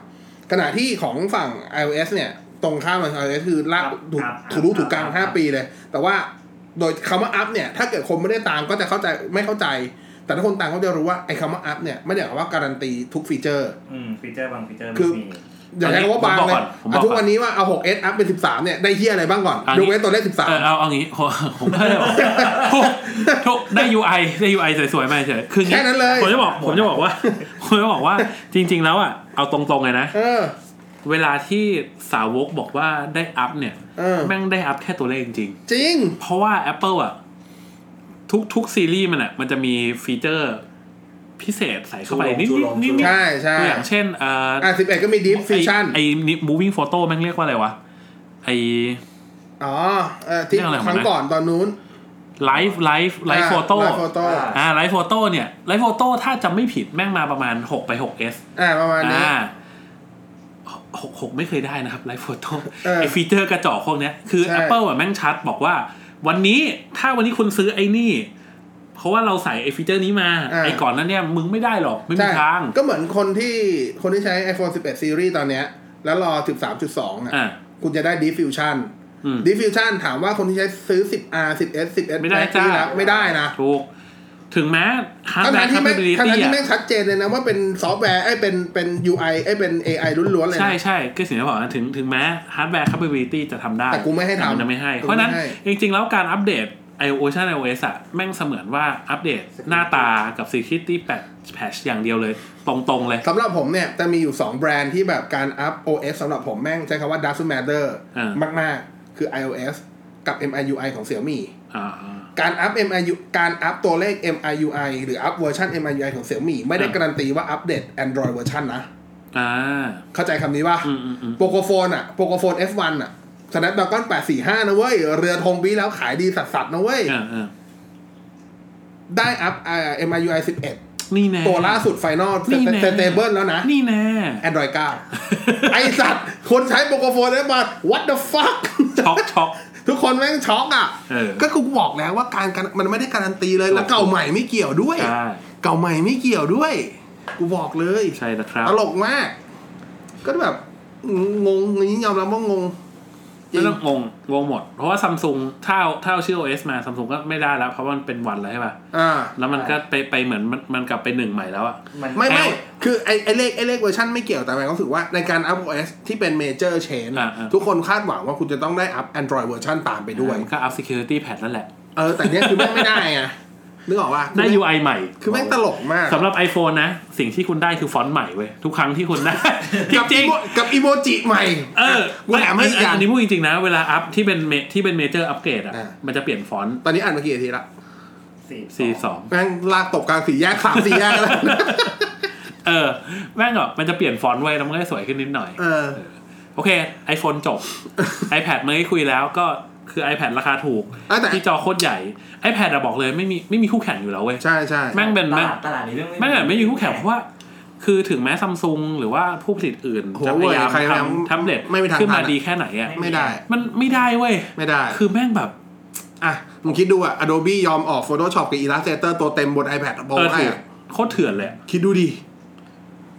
ขณะที่ของฝั่ง iOS เนี่ย ตรงข้ามกับ iOS คือลากถูกถูรู้ถูกกลาง 5 ปีเลย แต่ว่าโดยคำว่าอัพเนี่ย ถ้าเกิดคนไม่ได้ตามก็จะเข้าใจไม่เข้าใจ แต่ถ้าคนตามก็จะรู้ว่าไอ้คำว่าอัพเนี่ยไม่ได้หมายความว่าการันตีทุกฟีเจอร์ อืมฟีเจอร์บางฟีเจอร์ คื ไม่ อ มี อย่าใช้คำว่าบางเลย ผมบอกก่อนผมบอกก่อน อ่ะทุกวันนี้ว่าเอา 6s อัพเป็น 13 เนี่ย ได้เฮียอะไรบ้างก่อนยกเว้นตัวเลข เออ 13 เอาเอางี้ผมผมไม่ได้บอกทุกทุกได้ UI ได้ UI สวยๆมาเฉยๆคืองี้ แค่นั้นเลย ผมจะบอกผมจะบอกว่าผมจะบอกว่าจริง ๆ แล้วอ่ะเอาตรงๆเลยนะ เออ เวลาที่สาวกบอกว่าได้อัพเนี่ย เออ แม่งได้อัพแค่ตัวเลขจริง จริง ๆเพราะว่า Apple อ่ะ ทุกทุกซีรีส์มันอ่ะ มันจะมีฟีเจอร์พิเศษใส่เข้าไปนิดๆนิด ใช่ใช่ ๆตัวอย่างเช่นเอ่ออ อ่ะ11 ก็มี Deep ไอ้ Fusion ไอ้ moving photo แม่งเรียกว่าอะไรวะไอ้ อ๋อเออที่ เรื่องอะไรของ ครั้ง มันนะ ก่อนตอนนู้น live live live อ่ะ photo Live Photo อ่าไลฟ์โฟโต้เนี่ยไลฟ์โฟโต้ถ้าจำไม่ผิดแม่งมาประมาณ 6 ไป 6S อ่าประมาณนี้ อ่าหกหกไม่เคยได้นะครับไลฟ์โฟโต้ เออ ไอฟีเจอร์กระจอกพวกเนี้ยคือ ใช่ Apple อ่ะแม่งชัดบอกว่า วันนี้ถ้าวันนี้คุณซื้อไอ้นี่ เพราะว่าเราใส่ไอฟีเจอร์นี้มา อ่า ไอก่อนนั้นเนี่ยมึงไม่ได้หรอก ไม่มี ใช่ ทาง ก็เหมือนคนที่คนที่ใช้ iPhone 11 Series ตอนเนี้ย แล้วรอ 13.2อ่ะ อ่า คุณจะได้ Deep Fusion อืม Deep Fusion ถามว่าคนที่ใช้ซื้อ 10R 10S 10S ไม่ได้จ้า ไม่ได้นะ ถูก ถึงแม้ฮาร์ดแว ทั้ง ร์ ๆ แค ที่ ป แม่ง บิลิ ทั้ง ตี้ ๆที่ อ่ะ แม่งชัดเจนเลยนะว่าเป็นซอฟต์แวร์ไอ้ยเป็นเป็น UI ไอ้ยเป็น AI ล้วนๆเลยนะ ใช่ใช่ก็สิ่งที่บอกนะถึงถึงแม้ฮาร์ดแวร์แคปบิลิตี้จะทำได้ แต่กูไม่ให้ทำ แต่นจะไม่ให้ กู เพ ไม่ ราะฉะนั้น ให้ จริง ๆ แล้วการอัปเดต iOS และ iOS อะแม่งเสมือนว่าอัปเดตหน้าตากับ Security Patch อย่างเดียวเลย ตรงๆเลย สำหรับผมเนี่ยจะมีอยู่ 2 แบรนด์ที่แบบการอัพ OS สำหรับผมแม่งใช้คำว่า doesn't matter อ่าม มาก ๆ คือ iOS กับ MIUI ของ Xiaomi อ่า การอัพ MIU การอัพตัวเลข MIUI หรืออัพเวอร์ชัน MIUI ของ Xiaomi ไม่ได้ อ่า การันตีว่าอัปเดต Android เวอร์ชันนะ อ่า เข้าใจคำนี้ป่ะ อืมอืมอืม โปโกโฟนอะโปโกโฟน F1 อะ Snapdragon 845 นะเว้ย เรือธงปีแล้วขายดีสัสๆนะเว้ย อ่าอ่า ได้อัพอ่า MIUI 11 นี่แน่ ตัวล่าสุดไฟนอล นี่แน่ เซนเตเบิลแล้วนะ นี่แน่ Android 9 ไอสัตว์ คนใช้โปรโกโฟนแล้วมา what the fuck ช็อกช็อก ทุกคนแม่งช็อกอ่ะ เออ ก็กูบอกแล้วว่าการการมันไม่ได้การันตีเลย แล้ว ถูก เก่าใหม่ไม่เกี่ยวด้วย ใช่ เก่าใหม่ไม่เกี่ยวด้วย กูบอกเลย ใช่นะครับ ตลกมาก ก็แบบ งงอย่างนี้ยอมรับว่างงจริ ไม่ ง ต้องงงงงหมด เพราะว่าซัมซุงถ้าเอาถ้าเอาชื่อ OS มาซัมซุงก็ไม่ได้แล้ว เพราะมันเป็นวันแล้วใช่ป่ะ อ่า แล้วมันก็ไปไปเหมือนมันมันกลับไปหนึ่งใหม่แล้วอะ มัน ไม่ไม่ แอล คือไอไอเลขไอเลขเวอร์ชันไม่เกี่ยวแต่หมายความรู้สึกว่าในการอัพ OS ที่เป็นเมเจอร์เชน อ่าอ่า ทุกคนคาดหวังว่าคุณจะต้องได้อัพ Android เวอร์ชันตามไปด้วย มันก็อัพ security patch นั่นแหละ เออ แต่เนี้ยคือแม่งไม่ได้ไงนึกออกว่า ได้ UI ใหม่ คือแม่งตลกมาก สำหรับ iPhone นะ สิ่งที่คุณได้คือฟอนต์ใหม่เว้ย ทุกครั้งที่คุณ <laughs> ได้ จ กับ ริง อีโมกับอีโมจิใหม่ ๆเออ กูถามให้อีกอย่าง อันนี้พูดจริงๆนะ เวลาอัพที่เป็นเมที่เป็นเมเจอร์อัปเกรดอะ อ่ามั มันจะเปลี่ยนฟอนต์ ตอนนี้อ่านมากี่นาทีละ สี่ สี่สอง แม่งลากตบกลางสี่แยก <laughs> สามสี่แยกแล้ว เออ แม่งแบบมันจะเปลี่ยนฟอนต์ไว้ยแล้วมันก็จะสวยขึ้นนิดหน่อย เออ โอเค iPhone จ <laughs> บ iPad เมื่อกี้คุยแล้วก็คือ iPad ราคาถูก อ่ะแต่ ที่จอโคตรใหญ่ iPad อะบอกเลยไม่มีไม่มีคู่แข่งอยู่แล้วเว้ย ใช่ใช่ แม่งเป็น ต แม่ง ลาดตลาดในเรื่อง แม่งแบบไม่มีคู่แข่งเพราะว่า คือถึงแม้ซัมซุงหรือว่าผู้ผลิตอื่น หั จะ ว พ เว่ย ยายาม ใคร ทำแท็บเล็ต ไม่มีทาง ขึ้น ทั มาน ดี อะ แค่ไหนอะ ไม่ได้ มันไม่ได้เว้ย ไม่ได้ คือแม่งแบบ อ่ะมึงคิดดูอ่ะ Adobe ยอมออก Photoshop กับ Illustrator ตัวเต็มบน iPad อะบอก เออ ให้ ถือ อะ โคตรเถื่อนเลย คิดดูดิ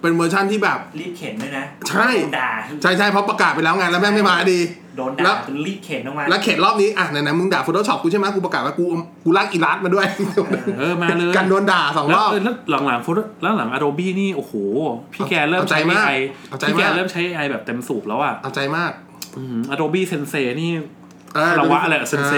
เป็นเวอร์ชันที่แบบ รีบเข็นด้วยนะ ใช่ โดนด่า ใช่ใช่เพราะประกาศไปแล้วไงานแล้วแม่งไม่มาดี โดน แล้ ด่าว จนรีบเข็นออกมา แล้วเขตรอบนี้อ่ะไหนๆมึงด่า Photoshop กูใช่ไหมกูประกาศว่ากูกูลากอีลัสมาด้วย เออมาเลย กันโดนด่าสองร แล้อวบ แล้วหลังๆ Photo- แล้วหลัง Adobe นี่โอ้โห พี่แกเริ่มใช้ เอาใจมาก AI เอาใจมาก พี่แกเริ่มใช้ AI แบบเต็มสูบแล้วอ่ะ เอาใจมาก อืม Adobe Sensei นี่ เออ คารวะแหละ ดู เซนเซ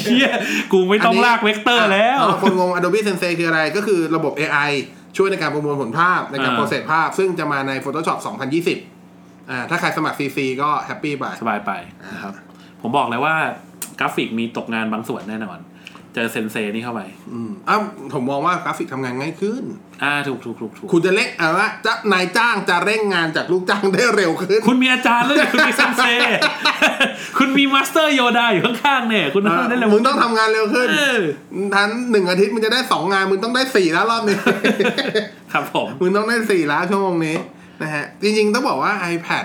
เฮียกูไม่ต้องลากเวกเตอร์แล้ว อ่ะคนงง Adobe Sensei คืออะไร ก็คือระบบ AI ช่วยในการประมวลผลภาพในการ อ่า โปรเซสภาพ ซึ่งจะมาใน Photoshop 2020อ่าถ้าใครสมัคร CC ก็แฮปปี้ไป สบายไปนะครับ ผมบอกเลยว่ากราฟิกมีตกงานบางส่วนแน่นอน เจอเซนเซนี่เข้าไป อืมอ้าวผมมองว่ากราฟิกทำงานง่ายขึ้น อ่าถูกถูกถูกถูก คุณจะเร่งเอาละจะนายจ้างจะเร่งงานจากลูกจ้างได้เร็วขึ้น คุณมีอาจารย์แล้วเนี่ยคุณมีเซนเซ <laughs> คุณมีมาสเตอร์โยดาอยู่ข้างๆเนี่ย คุณ เออ ได้เลย มึงต้องทำงานเร็วขึ้น เออ ทั้นหนึ่งอาทิตย์มึงจะได้สองงาน มึงต้องได้สี่แล้วรอบนี้ ครับผม มึงต้องได้สี่แล้วชั่วโมงนี้นะฮะ จริงๆ ต้องบอกว่า iPad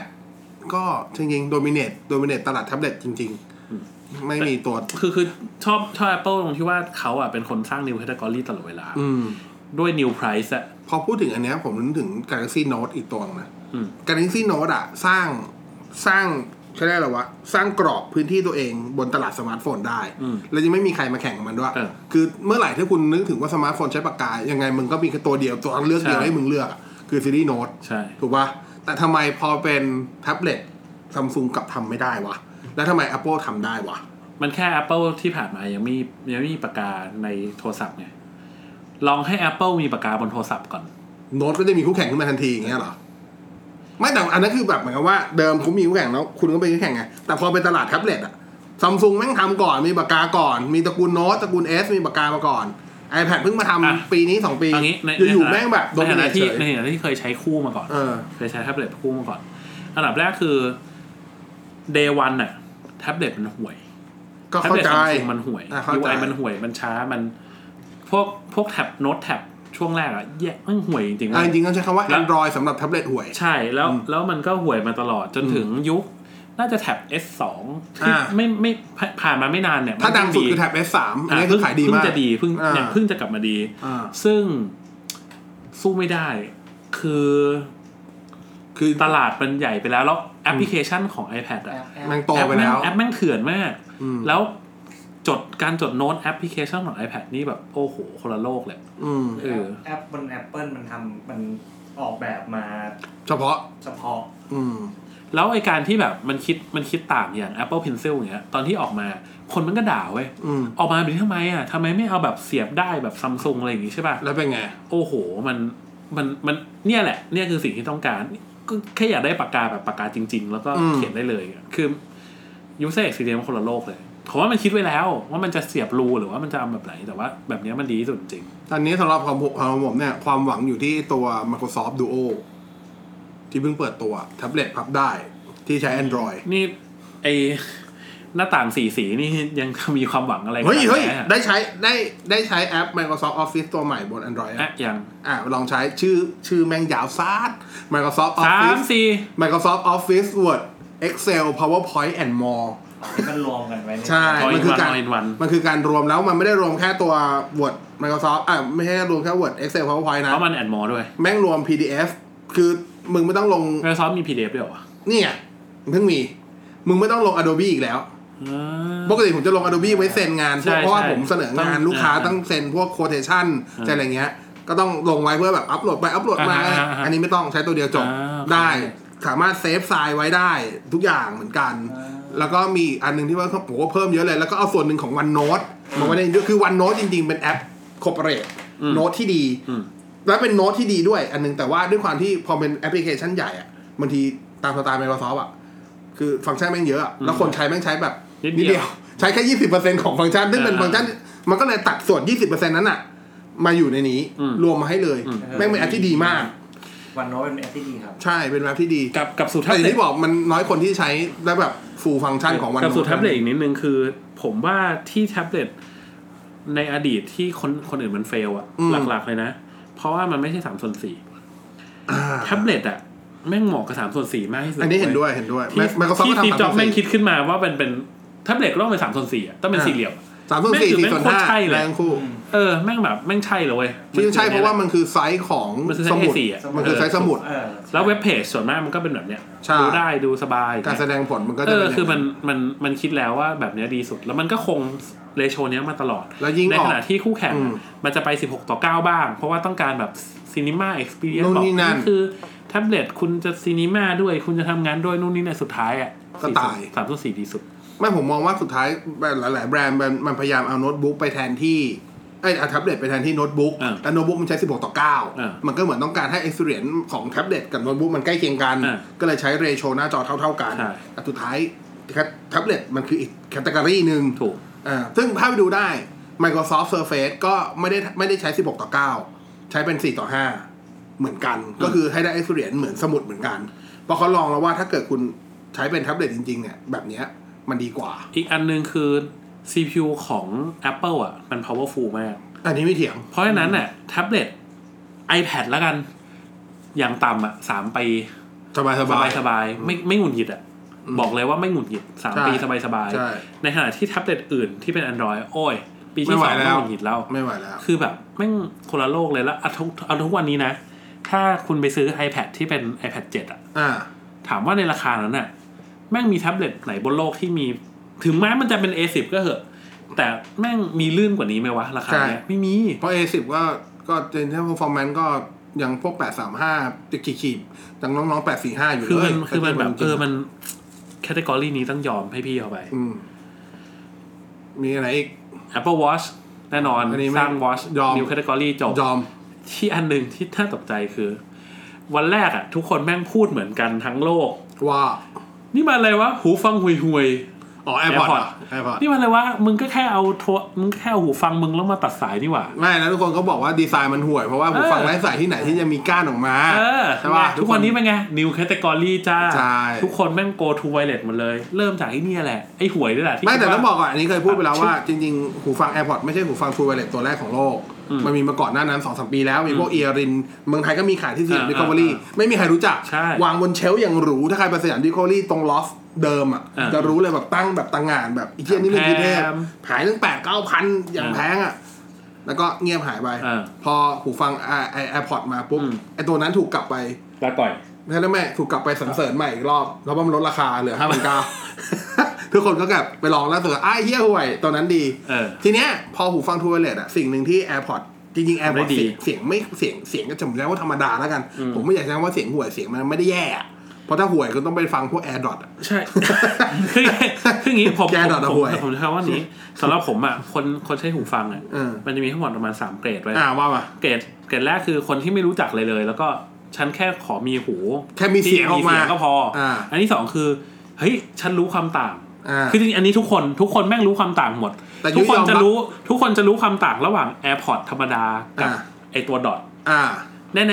ก็จริงๆ โดมิเนตโดมิเนตตลาดแท็บเล็ตจริงๆ ไม่มีตัว คือคือชอบชอบ Apple ตรงที่ว่าเขาอ่ะเป็นคนสร้าง new category ตลอดเวลา อืม ด้วย new price อ่ะ พอพูดถึงอันเนี้ยผมนึกถึง Galaxy Note อีกตัวหนึ่งนะ อืม Galaxy Note อะสร้างสร้าง ใช่ได้หรอวะ สร้างกรอบพื้นที่ตัวเองบนตลาดสมาร์ทโฟนได้ อืม แล้วยังไม่มีใครมาแข่งกับมันด้วย เออ คือเมื่อไหร่ที่คุณนึกถึงว่าสมาร์ทโฟนใช้ปากกา ยังไงมึงก็มีแค่ตัวเดียวตัวเลือกเดียว ใช่ ให้มึงเลือกอะคือซีรีส์โน้ต ใช่ ถูกปะแต่ทำไมพอเป็นแท็บเล็ตซัมซุงกลับทำไม่ได้วะ แล้วทำไม Apple ทำได้วะ มันแค่ Apple ที่ผ่านมายังมียังไม่มีปากกาในโทรศัพท์ไงลองให้ Apple มีปากกาบนโทรศัพท์ก่อน โน้ตก็จะมีคู่แข่งขึ้นมาทันทีอย่างเงี้ยเหรอ ไม่แต่อันนั้นคือแบบเหมือนกับว่าเดิมคุณมีคู่แข่งแล้วคุณก็เป็นคู่แข่งไง แต่พอเป็นตลาดแท็บเล็ตอะซัมซุงแม่งทำก่อนมีปากกาก่อน มีตระกูลโน้ตตระกูลเอสมีปากกามาก่อน iPad เพิ่งมาทำ อ่ะ ปีนี้สองปี เอันนี้ใน อยู่ๆ ในฐานะ แม่งแบบโด ใน น ฐานะ เฉ ที่ ย ในฐานะที่เคยใช้คู่มาก่อน เออ เคยใช้แท็บเล็ตคู่มาก่อน อันดับแรกคือ day one น่ะแท็บเล็ตมันห่วย ก็ แท็บ เข้า เล็ต ใจ ซัมซุงมันห่วย อ่ะเข้าใจ UI มันห่วยมันช้ามัน พวกพวกแท็บโน้ตแท็บช่วงแรกอะแย่มันห่วยจริงๆ อ่ะ เว้ย จริงๆต้องใช้คำว่า แล้ว Android สำหรับแท็บเล็ตห่วย ใช่แล้ว อืม แล้วมันก็ห่วยมาตลอดจนถึงยุค น่าจะแท็บ S2 ที่ อ่า ไม่ไม่ผ่านผ่านมาไม่นานเนี่ย ถ้าดังสุด มัน คือแท็บ S3 อันนี้ ะ คือขายดีมาก เพิ่งจะดีเพิ่ง อ่า เนี่ยเพิ่งจะกลับมาดี อ่า ซึ่งสู้ไม่ได้ คือ คือ ตลาดมันใหญ่ไปแล้ว แล้วแอปพลิเคชันของ iPad อะ แม่งโตไปแล้ว แอปแม่งเถื่อนมาก อืม แล้วจดการจดโน้ตแอปพลิเคชันของ iPad นี่แบบโอ้โหคนละโลกเลย อืม เออ แอปบน Apple มันทำมันออกแบบมา เฉพาะ เฉพาะ อืม แล้วไอการที่แบบมันคิดมันคิดต่างอย่าง Apple Pencil อย่างเงี้ยตอนที่ออกมาคนมันก็ด่าเว้ย อืม ออกมาแบบนี้ทำไมอ่ะทำไมไม่เอาแบบเสียบได้แบบซัมซุงอะไรอย่างงี้ใช่ป่ะ แล้วเป็นไง โอ้โห มันมันมันเนี่ยแหละ เนี่ยคือสิ่งที่ต้องการก็แค่อยากได้ปากกาแบบปากกาจริง ๆ แล้วก็ อืม เขียนได้เลยอะคือ user experience มันคนละโลกเลยผมว่ามันคิดไว้แล้วว่ามันจะเสียบรูหรือว่ามันจะทำแบบไหน แต่ว่าแบบเนี้ยมันดีที่สุดจริง ตอนนี้สำหรับความผมของผมเนี่ย ความหวังอยู่ที่ตัว Microsoft Duo ที่เพิ่งเปิดตัว แท็บเล็ตพับได้ที่ใช้ Android นี่ไอหน้าต่างสีสีนี่ยังมีความหวังอะไรกัน เฮ้ยเฮ้ย ไหมอะ ได้ใช้ได้ได้ใช้แอป Microsoft Office ตัวใหม่บน Android อะ อะอย่าง อ่ะ ลองใช้ชื่อชื่อแม่งยาวซาด Microsoft สาม Office สี Microsoft Office Word Excel PowerPoint and more มันรวมกันไว้น ใช่ All in มันคือการ one, all in one มันคือการรวมแล้วมันไม่ได้รวมแค่ตัว Word Microsoft อ่ะ ไม่ใช่รวมแค่ Word Excel PowerPoint นะ เพราะมันแอนมอด้วย แม่งรวม PDF คือมึงไม่ต้องลง ไมซอฟมี PDF ด้วยเหรอวะ นี่ไงเพิ่งมี มึงไม่ต้องลง Adobe อีกแล้ว อ่า ปกติผมจะลง Adobe ไว้เซ็นงาน ใช่ เพราะว่า ใช่ ผมเสนองาน ต้อง ลูกค้า อ่า ต้องเซ็นพวก quotation อ่า ใช่อะไรเงี้ย ก็ต้องลงไว้เพื่อแบบอัปโหลดไปอัปโหลดมา อ่าฮะอ่าฮะ อันนี้ไม่ต้องใช้ตัวเดียวจบ อ่าโอเค ได้ สามารถเซฟไฟล์ไว้ได้ทุกอย่างเหมือนกัน แล้วก็มีอีกอันหนึงที่ว่าเขาผมว่าเพิ่มเยอะเลย แล้วก็เอาส่วนหนึ่งของ OneNote มาไว้ในนี้ด้วยคือ OneNote จริงๆ เป็นแอป corporate โน้ตที่ดี อืม แล้วเป็นโน้ตที่ดีด้วยอันหนึงแต่ว่าด้วยความที่พอเป็นแอปพลิเคชันใหญ่อะบางทีตามสไตล์ Microsoft อะคือฟังก์ชันแม่งเยอะอะแล้วคนใช้แม่งใช้แบบ นิดเดี นิ ยว ดเดียว ใช้แค่ยี่สิบเปอร์เซ็นของฟังก์ชันซึ่งเป็น อ่า ฟังก์ชันมันก็เลยตัดส่วนยี่สิบเปอร์เซ็นนั้นอะมาอยู่ในนี้ อืม รวมมาให้เลย แม่งเป็นแอปที่ดีมาก วันโน้ตเป็นแอปที่ดีครับ ใช่เป็นแอปที่ดี กับกับสูตรแท็ แต่อบย่าง เล็ต ที่บอกมันน้อยคนที่ใช้ได้แบบฟูลฟังก์ชันของวัน กับสูตร โน้ แท็บเล็ตอีกนิดนึงคือ ผมว่าที่แท็บเล็ตในอดีตที่คนคนอื่นมันเฟลอะหลักๆเลยนะ เพราะว่ามันไม่ใช่สามส่วนสี่ อ่า แท็บเล็ตอะแม่งเหมาะกับสามส่วนสี่มากที่สุด อันนี้เห็นด้วยเห็นด้วย ที่ มันก็ซ้อม ที่ ทำ ซีจ็อบ สาม แม่ส่วนงสี่ คิดขึ้นมาว่าเป็นเป็นแท็บเล็ตก็ต้องเป็นสามส่วนสี่อะต้องเป็น อ่า สี่เหลี่ยม สามส่วนสี่ แม่งคือ สี่ส่วน แม่งโคตร ห้า ใช่เลย แรงคู่ เออแม่งแบบแม่งใช่เลยเว้ย ที่ใช่เพราะว่า มัน มันคือไซส์ของ มันคือสไซส์ มุด A4 อะ มันคือไซส์สมุด เออ แล้วเว็บเพจส่วนมากมันก็เป็นแบบเนี้ย ใช่ ดูได้ดูสบาย การแสดงผลมันก็ เอ จะ อ เป็นย่าง คือมันมันมันคิดแล้วว่าแบบเนี้ยดีสุด แล้วมันก็คงเรโชเนี้ยมาตลอด แล้วยิ่ง ใน ออ ข ก ณะที่คู่แข่ง อืม อะมันจะไป 16 ต่อ 9 บ้าง เพราะว่าต้องการแบบซีนีมาเอ็กซ์เพรียน นู่น บอก นี่นั่น คือแท็บเล็ตคุณจะซีนีมาด้วย คุณจะทำงานด้วยนู่นนี่นั่นสุดท้ายอ่ะ ก็ตาย สามส่วนสี่ดีสุด ไม่ผมมองว่าสุดท้ายหลาย ๆ แบรนด์มันมันพยายามเอาโน้ตบุ๊กไปแทนที่ไอ้ยเอาแท็บเล็ตไปแทนที่โน้ตบุ๊ก อ่า แล้วโน้ตบุ๊กมันใช้ 16 ต่อ อ่า 9 มันก็เหมือนต้องการให้ experience ของแท็บเล็ตกับโน้ตบุ๊กมันใกล้เคียงกัน อ่า ก็เลยใช้เรโชหน้าจอเท่า ๆ กัน ใช่ แต่สุดท้ายแท็บเล็ตมันคืออีกแคตตากรีหนึ่ง ถูก อ่าซึ่งถ้าไปดูได้ Microsoft Surface ก็ไม่ได้ไม่ได้ใช้ 16 ต่อ 9 ใช้เป็น 4 ต่อ 5 เหมือนกัน ก็คือให้ได้ experience เหมือนสมุดเหมือนกัน เพราะเขาลองแล้วว่าถ้าเกิดคุณใช้เป็นแท็บเล็ตจริง ๆ เนี่ย แบบเนี้ยมันดีกว่า อีกอันหนึงคือ CPU ของ Apple อ่ะ มัน powerful มาก อันนี้ไม่เถียง เพราะฉะนั้นอ่ะแท็บเล็ต iPad แล้วกัน อย่างต่ำอ่ะสามปี สบายส ส บา บาย ยสบายไม่ไม่หงุดหงิดอ่ะ บอกเลยว่าไม่หงุดหงิดสาม ใช่ ปีสบายสบาย ใช่ ในขณะที่แท็บเล็ตอื่นที่เป็น Android โอ้ย ปีที่ ไม่ไหว สอง แล้ ก็ ว หงุดหงิดแล้ว ไม่ไหวแล้ว คือแบบแม่งคนละโลกเลยแล้วเอาทุกเอาทุกวันนี้นะ ถ้าคุณไปซื้อ iPad ที่เป็น iPad 7 อ่ะ อ่า ถามว่าในราคานั้นน่ะ แม่งมีแท็บเล็ตไหนบนโลกที่มี ถึงแม้มันจะเป็น A10 ก็เหอะ แต่แม่งมีลื่นกว่านี้ไหมวะ ราคาเนี้ยไม่มี เพราะ A10 ก็ก็เจนเทอร์ performance ก็ยังพวก 835ติดขีดๆจากน้องๆ 845 อยู่เลย คือมันคือมันแบบ จ เอ ริงๆ อมันแคตตากรีนี้ต้องยอมให้พี่เอาไป อืมมีอะไรอีก Apple Watch แน่นอน อันนี้ไม่ สร้าง Watch ยอม นิวแคตตากรีจบ ยอม ที่อันหนึ่งที่น่าตกใจคือ วันแรกอะทุกคนแม่งพูดเหมือนกันทั้งโลก ว่า นี่มันอะไรวะ หูฟังห่วยห่วย อ๋อ AirPods เหรอ AirPods ๆนี่มันอะไรวะ มึงก็แค่เอาโทรมึงแค่เอาหูฟังมึงแล้วมาตัดสายนี่หว่า ไม่นะทุกคนก็บอกว่าดีไซน์มันห่วย เพราะว่าหูฟังไร้สายที่ไหนที่จะมีก้านออกมา เออ ใช่ป่ะ ทุกวันนี้เป็นไง นิวแคตตากรีจ้า ใช่ ทุกคนแม่ง go to wireless หมดเลย เริ่มจากไอ้เนี่ยแหละ ไอ้หวยนี่แหละที่ ไม่แต่ คิดว่า ต้องบอกก่อนอันนี้เคยพูดไปแล้วว่าจริงๆ หูฟัง AirPods ไม่ใช่หูฟัง True Wireless ตัวแรกของโลก มันมีมาก่อนหน้านั้นสองสามปีแล้ว มีพวกเอียริน เมืองไทยก็มีขายที่สยาม อ่า ดิคอเวอรี่ไม่มีใครรู้จัก ใช่ วางบนเชลฟ์อย่างหรู ถ้าใครไปสยามดิคอเวอรี่ตรงลอฟเดิมอ่ะ อ่า จะรู้เลยแบบตั้งแบบตังงานแบบอีเทียนี่ไม่คือเทพ แพง ขายตั้งแปดเก้าพันอย่าง อ่า แพงอ่ะ แล้วก็เงียบหายไป อ่า พอหูฟังไอแอร์พอดมาปุ๊บ อืม ไอตัวนั้นถูกกลับไป ตาก่อย แม่แล้วแม่ถูกกลับไปสรรเสริญใหม่อีกรอบ แล้วว่ามันลดราคา <laughs> เหลือห้าพันเก้า ทุกคนก็กลับไปลองแล้วเสืออ้ายเฮี้ยห่วยตอนนั้นดี เออ ทีเนี้ยพอหูฟังทูเวเลตอะสิ่งหนึ่งที่ AirPod จริงๆ ไม่ AirPod ดี เสียงเสียงไม่เสียงเสียงก็จำได้ว่าธรรมดาแล้วกัน อืม ผมไม่อยากใช้คำว่าเสียงห่วยเสียงมันไม่ได้แย่อะเพราะถ้าห่วยก็ต้องไปฟังพวก Air Dot อะ ใช่ <laughs> คือคืออย่างนี้ผม แก ผม ดอทอะ ผม ห่วย ผมจะคำว่านี้สำหรับผมอ่ะคนคนใช้หูฟังอ่ะ เออ มันจะมีทั้งหมดประมาณสามเกรดไว้ย อ่าว่ามา เกรดเกรดแรกคือคนที่ไม่รู้จักเลยเลย แล้วก็ฉันแค่ขอมีหู แค่มีเสียงออกมา ที่ก็พออา อันที่สองคือเฮ้ยฉันรู้ความต่าง อ่า คือจริงๆอันนี้ทุกคนทุกคนแม่งรู้ความต่างหมด แต่ยุ้ ทุก ย คน ยอมรับ จะรู้ทุกคนจะรู้ความต่างระหว่าง AirPod ธรรมดากับ อ่า ไอตัวดอท อ่า แน่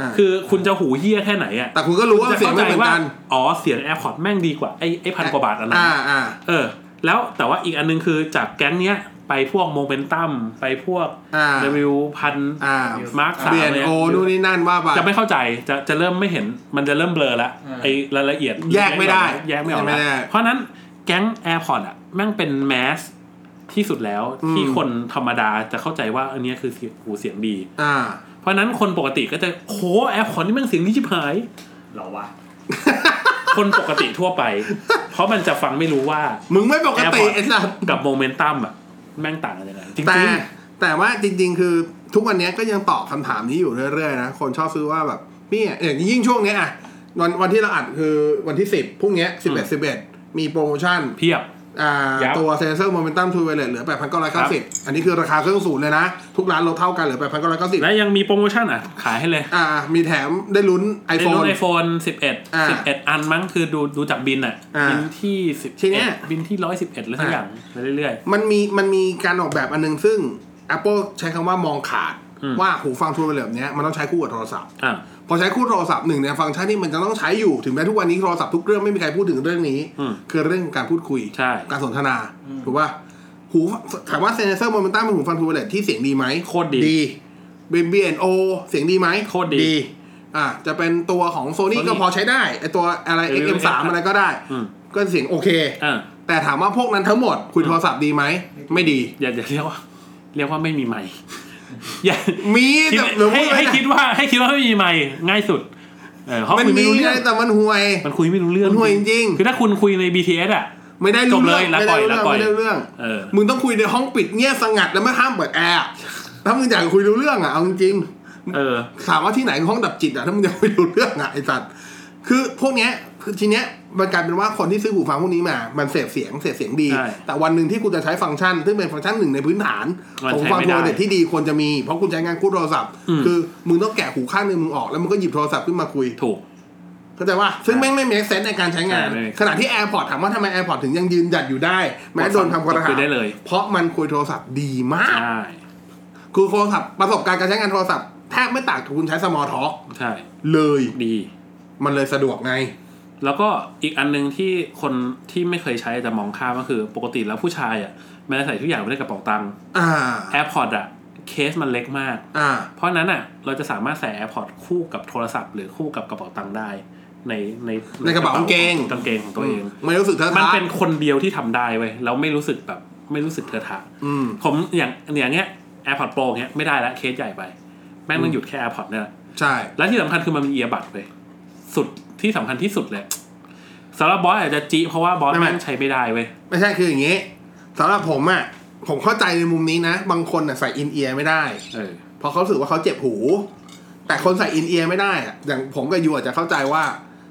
อ่า ๆ คือคุณจะหูเหี้ยแค่ไหนอ่ะ แต่คุณก็รู้ว่า จะ เสียง เข้า ไม่เหใจมือน ว่า กัน อ๋อเสียง AirPod แม่งดีกว่าไอไอพันกว่าบาทอันนั้น อ่าอ่า เออแล้วแต่ว่าอีกอันนึงคือจากแก๊งเนี้ยไปพวกโมเมนตัมไปพวก อ่า เดวิลพัน อ่า มาร์คสาม เปลี่ยน อะไร โอนู่นนี่นั่นว่าไป จะไม่เข้าใจจะจะเริ่มไม่เห็นมันจะเริ่มเบลอละ อ่า ไอรายละเอียด แยกไม่ได้ แยกไม่ออก แยกไม่ได้ ละเพราะนั้นแก๊ง AirPod อ่ะแม่งเป็นแมสที่สุดแล้ว อืม ที่คนธรรมดาจะเข้าใจว่าอันเนี้ยคือเสียงหูเสียงดี อ่า เพราะนั้นคนปกติก็จะโหแอร์พอร์ตนี่แม่งเสียงดีชิบหาย เหรอวะ คนปกติทั่วไป เพราะมันจะฟังไม่รู้ว่า มึงไม่ปกติ AirPods ไอ้สัส กับโมเมนตัมอ่ะแม่งต่างกันยังไงจริง แต่ ๆ แต่ว่าจริง ๆ คือทุกวันนี้ก็ยังตอบคำถามนี้อยู่เรื่อยๆนะคนชอบซื้อว่าแบบพี่อ่ะอย่างยิ่งช่วงเนี้ยอ่ะวันวันที่เราอัดคือวันที่ 10พรุ่งเนี้ย11 11 มีโปรโมชั่น เพียบ อ่า ยับ ตัวเซนเซอร์โมเมนตัมทูเวเลตเหลือ ครับ 8,990 อันนี้คือราคาเครื่องสูตรเลยนะ ทุกร้านลดเท่ากันเหลือ 8,990 และยังมีโปรโมชั่นอ่ะ ขายให้เลย อ่ามีแถมได้ลุ้น ไอโฟน iPhone ไอโฟนสิบเอ็ด อ่า สิบเอ็ดอันมั้งคือดูดูจากบินอ่ะ อ่า บินที่สิบ ทีเนี้ย บินที่ร้อยสิบเอ็ดแล้วสักอย่างไปเรื่อย มันมีมันมีการออกแบบอันนึงซึ่ง Apple ใช้คำว่ามองขาด อืม ว่าหูฟังทูเวเลตเนี้ยมันต้องใช้คู่กับโทรศัพท์ ๆ อ่า พอใช้คู่โทรศัพท์หนึ่งในฟังก์ชันที่มันจะต้องใช้อยู่ถึงแม้ทุกวันนี้โทรศัพท์ทุกเรื่องไม่มีใครพูดถึงเรื่องนี้ อืม คือเรื่องการพูดคุย ใช่ การสนทนา ถูกป่ะหูถามว่าเซนเซอร์โมเมนตัมเป็นหูฟังทูเวเลตที่เสียงดีไหม โคตรดี เบนบีเอ็นโอเสียงดีไหม โคตรดี อ่ะจะเป็นตัวของโซนี่ Sony ก็พอใช้ได้ไอตัวอะไร เออ XM3 ครับ อะไรก็ได้ อืม ก็เสียงโอเค อ่า แต่ถามว่าพวกนั้นทั้งหมดคุยโทรศัพท์ดีไหมไม่ดี อย่าอย่าเรียกว่า เรียกว่าไม่มีไม่ <laughs> อย่า มี คิด แต่หรือ ให้ พูดไม่ ให้คิดว่าให้คิดว่าไม่มีไม่ง่ายสุด เออเขา มัน คุยไม่ มี รู้เรื่อ นะ ง แต่มันห่วย มันคุยไม่รู้เรื่อง มันห่วยจริง คือถ้าคุณคุยใน BTS อ่ะ ไม่ได้รู้ จบเล เรื่อง ยละ ไม่ ปล่ ได้ อย รู้เรื่องละปล่อย ไม่ได้รู้เรื่อง เออ มึงต้องคุยในห้องปิดเงียบสงัดแล้วไม่ห้ามเปิดแอร์อะถ้ามึงอยากคุยรู้เรื่องอ่ะเอาจริง เออ ๆถามว่าที่ไหนห้องดับจิตอ่ะถ้ามึงอยากคุยรู้เรื่องอ่ะไอ้สัตว์คือพวกเนี้ยคือทีเนี้ยมันกลายเป็นว่าคนที่ซื้อหูฟังพวกนี้มา มันเสพเสียงเสพเสียงดี ใช่ แต่วันหนึ่งที่คุณจะใช้ฟังก์ชัน ซึ่งเป็นฟังก์ชันหนึ่งในพื้นฐาน มัน ของ ใช้ ฟัง ไม่ โท ได้ รเน็ตที่ดีควรจะมี เพราะคุณใช้งานคู่โทรศัพท์ อืม คือมึงต้องแกะหูข้างหนึงมึงออกแล้วมึงก็หยิบโทรศัพท์ขึ้นมาคุย ถูก เข้าใจว่าซึ่งแม่งไม่ make sense ในการใช้งาน ใช่ไม่ make sense ขณะที่ AirPod ถามว่าทำไม AirPod ถึงยังยืนหยัดอยู่ได้ แม้โดนทำกระหา คุยได้เลย เพราะมันคุยโทรศัพท์ดีมาก ใช่ คือโทรศัพท์ประสบการณ์การใช้งานโทรศัพท์แทบไม่ต่างจากคุณใช้ small talk ใช่ เลย ดี มันเลยสะดวกไง แล้วก็อีกอันหนึงที่คนที่ไม่เคยใช้อาจจะมองข้ามก็คือปกติแล้วผู้ชายอ่ะมันจะใส่ทุกอย่างไว้ในกระเป๋าตังค์ อ่า AirPod อ่ะ เคสมันเล็กมาก อ่า เพราะฉะนั้นอ่ะเราจะสามารถใส่ AirPod คู่กับโทรศัพท์หรือคู่กับกระเป๋าตังค์ได้ ในใน ในกระเป๋ากางเกง กางเกงของตัวเอง ไม่รู้สึกเธอะ มัน ทะ เป็นคนเดียวที่ทำได้เว้ยเราไม่รู้สึกแบบไม่รู้สึกเทอะทะ อืม ผมอย่างอย่างเงี้ย AirPod Pro เงี้ยไม่ได้ละเคสใหญ่ไป แม่งต้องหยุดแค่ AirPod เนี่ยแหละ ใช่ และที่สำคัญคือมันมีเอียบัตไปสุดที่สำคัญที่สุดเลย สำหรับบอสอาจจะจีเพราะว่าบอส ไม่ไม่ แม่งใช้ไม่ได้เว้ย ไม่ใช่คืออย่างนี้สำหรับผมอ่ะผมเข้าใจในมุมนี้นะ บางคนอ่ะใส่อินเอียร์ไม่ได้ เออ เพราะเขารู้สึกว่าเขาเจ็บหู แต่คนใส่อินเอียร์ไม่ได้อะอย่างผมกับยูอาจจะเข้าใจว่า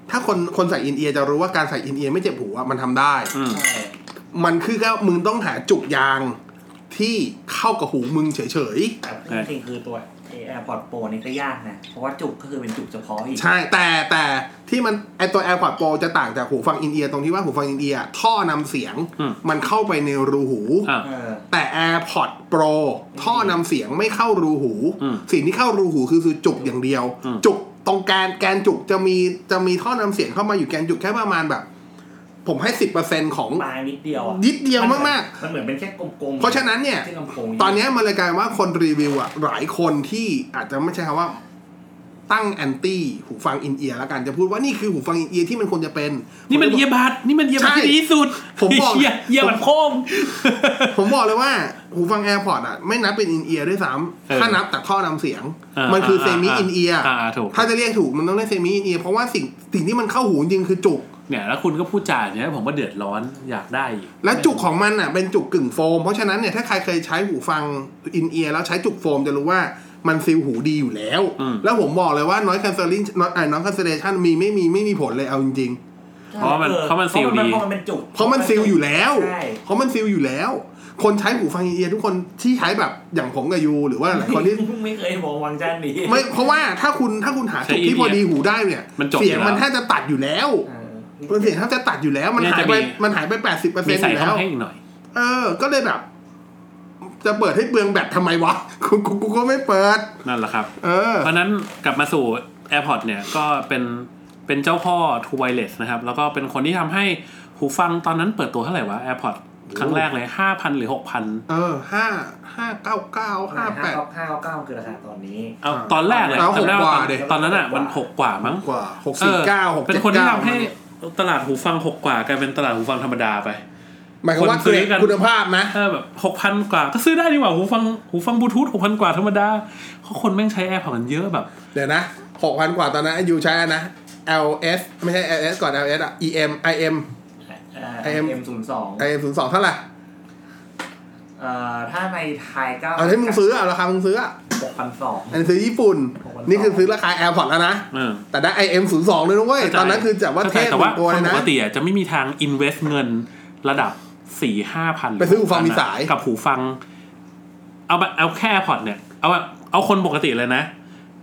ถ้าคนคนใส่อินเอียร์จะรู้ว่าการใส่อินเอียร์ไม่เจ็บหูอะมันทำได้ อืม ใช่ มันคือก็มึงต้องหาจุกยางที่เข้ากับหูมึงเฉย แต่พูดจริงๆคือตัว AirPods Pro นี่ก็ยากนะ เพราะว่าจุกก็คือเป็นจุกเฉพาะอีก ๆ ใช่แต่แต่ที่มันไอตัว AirPod Pro จะต่างจากหูฟังอินเอียร์ตรงที่ว่าหูฟังอินเอียร์ท่อนำเสียง อืม มันเข้าไปในรูหู อ่ะ เออ แต่ AirPod Pro ท่อนำเสียงไม่เข้ารูหู อืม สิ่งที่เข้ารูหูคือคือจุกอย่างเดียว อืม จุกตรงแกนแกนจุกจะมีจะมีท่อนำเสียงเข้ามาอยู่แกนจุกแค่ประมาณแบบ ผมให้สิบเปอร์เซ็นของ ปลายนิดเดียวอะ นิดเดียวมาก มันเหมือนเป็นแค่กลมๆ เพราะฉะนั้นเนี่ย ที่ลำโพง ๆ ตอนเนี้ยมันเลยกลายเป็นว่าคนรีวิวอะหลายคนที่อาจจะไม่ใช่คำว่าตั้งแอนตี้หูฟังอินเอียร์แล้วกันจะพูดว่านี่คือหูฟังอินเอียร์ที่มันควรจะเป็น นี่มันเยียบัตนี่มันเยียบัต ใช่ ที่ดีที่สุด ผมบอก เหี้ยเยียบัตโค้ง ผมบอกเลยว่าหูฟัง AirPod อะไม่นับเป็นอินเอียร์ด้วยซ้ เอำอถ้านับแต่ท่อนำเสียง อ่ามั มันคือเซมิ า อินเอียร์ อ่าถูก ถ้าจะเรียกถูกมันต้องเรียกเซมิอินเอียร์เพราะว่าสิ่งสิ่งที่มันเข้าหูจริงๆคือจุก เนี่ยแล้วคุณก็พูดจาอย่างเนี้ยผมก็เดือดร้อนอยากได้อีก และจุกของมันอ่ะเป็นจุกกึ่งโฟม เพราะฉะนั้นเนี่ยถ้าใครเคยใช้หูฟังอินเอียร์แล้วใช้จุกโฟมจะรู้ว่ามันซีลหูดีอยู่แล้ว แล้วผมบอกเลยว่าน้อยคันเซอร์ลิงน้อยคันเซอร์เชันมีไม่มีไม่มีผลเลยเอาจริง เพราะว่ามัน ออ เพราะมันซีลดี เพราะมันเป็นจุก ๆ เพราะมันซีลอยู่แล้ว ใช่ เพราะมันซีลอยู่แล้ว คนใช้หูฟังอินเอียร์ทุกคนที่ใช้แบบอย่างผมกับยูหรือว่าหลาย <laughs> คนที่ <laughs> ไม่เคยมองวังจ้านนี้ ไม่เพราะว่าถ้าคุณถ้าคุณหาจุดที่พอดีหูได้เนี่ย มันจบอยู่ เสียง แล้ว มันแทบจะตัดอยู่แล้ว เออ มันเสียงแทบจะตัดอยู่แล้วมัน เนี่ย หาย จะ ไป มี มันหายไปแปดสิบเปอร์เซ็ มี นต์อ ใส่ ยู่แล้เข้าว มาให้อีกหน่อย เออ ก็เลยแบบ จะเปิดให้เปลืองแบตทำไมวะ <laughs> กูกูกูก็ไม่เปิด นั่นแหละครับ เออ เพราะฉะนั้นกลับมาสู่ AirPods เนี่ยก็เป็นเป็นเจ้าพ่อ True Wireless นะครับ แล้วก็เป็นคนที่ทำให้หูฟังตอนนั้นเปิดตัวเท่าไหร่วะ AirPods ครั้งแรกเลย 5,000 หรือ 6,000 เออห้าห้าเก้าเก้าห้าแปด ห้าเก้าเก้าคือราคาตอนนี้ เอาตอนแรกเลย เอา จำได้ หกกว่าว่าตอน ดิ ตอนนั้นอ่ะมัน 6 กว่ามั้ง กว่าหกสี่เก้า ออ หกเจ็ดเก้า เป็นคนที่ทำให้ตลาดหูฟัง 6 กว่ากลายเป็นตลาดหูฟังธรรมดาไป หมายความว่า คนซื้ เกรดอกัน คุณภาพนะ ถ้าแบบ 6,000 กว่า ก็ซื้อได้ดีกว่าหูฟังหูฟังบลูทูธ6,000 กว่าธรรมดาเพราะคนแม่งใช้ AirPods กันเยอะแบบ เดี๋ยวนะหกพันกว่าตอนนั้นอยู่ใช้อะนะ LS ไม่ใช่ LS ก่อน LS อ่ะ EM IM ไอเอ็มศูนย์สองเ IM ศูนย์สองเท่าไหร่ อ่อถ้าในไทยเก้า เอาที่มึงซื้ออ่ะราคามึงซื้ออ่ะ หกพันสอง อันนี้ซื้อญี่ปุ่น 6,200 นี่คือซื้อราคา AirPods แล้วนะ เออ แต่ได้ IM02 เลยนะเว้ย ตอนนั้นคือจับว่าเท ข้ พ ใจแต่ว่า เป็นตัว ค เล น ย ป นะ กติอ่ะจะไม่มีทาง invest เงินระดับสี่ห้าพัน ไปซื้อหูฟังมีสาย กับหูฟัง เอาแบบเอาแค่พอดเนี่ย เอาแบบเอาคนปกติเลยนะ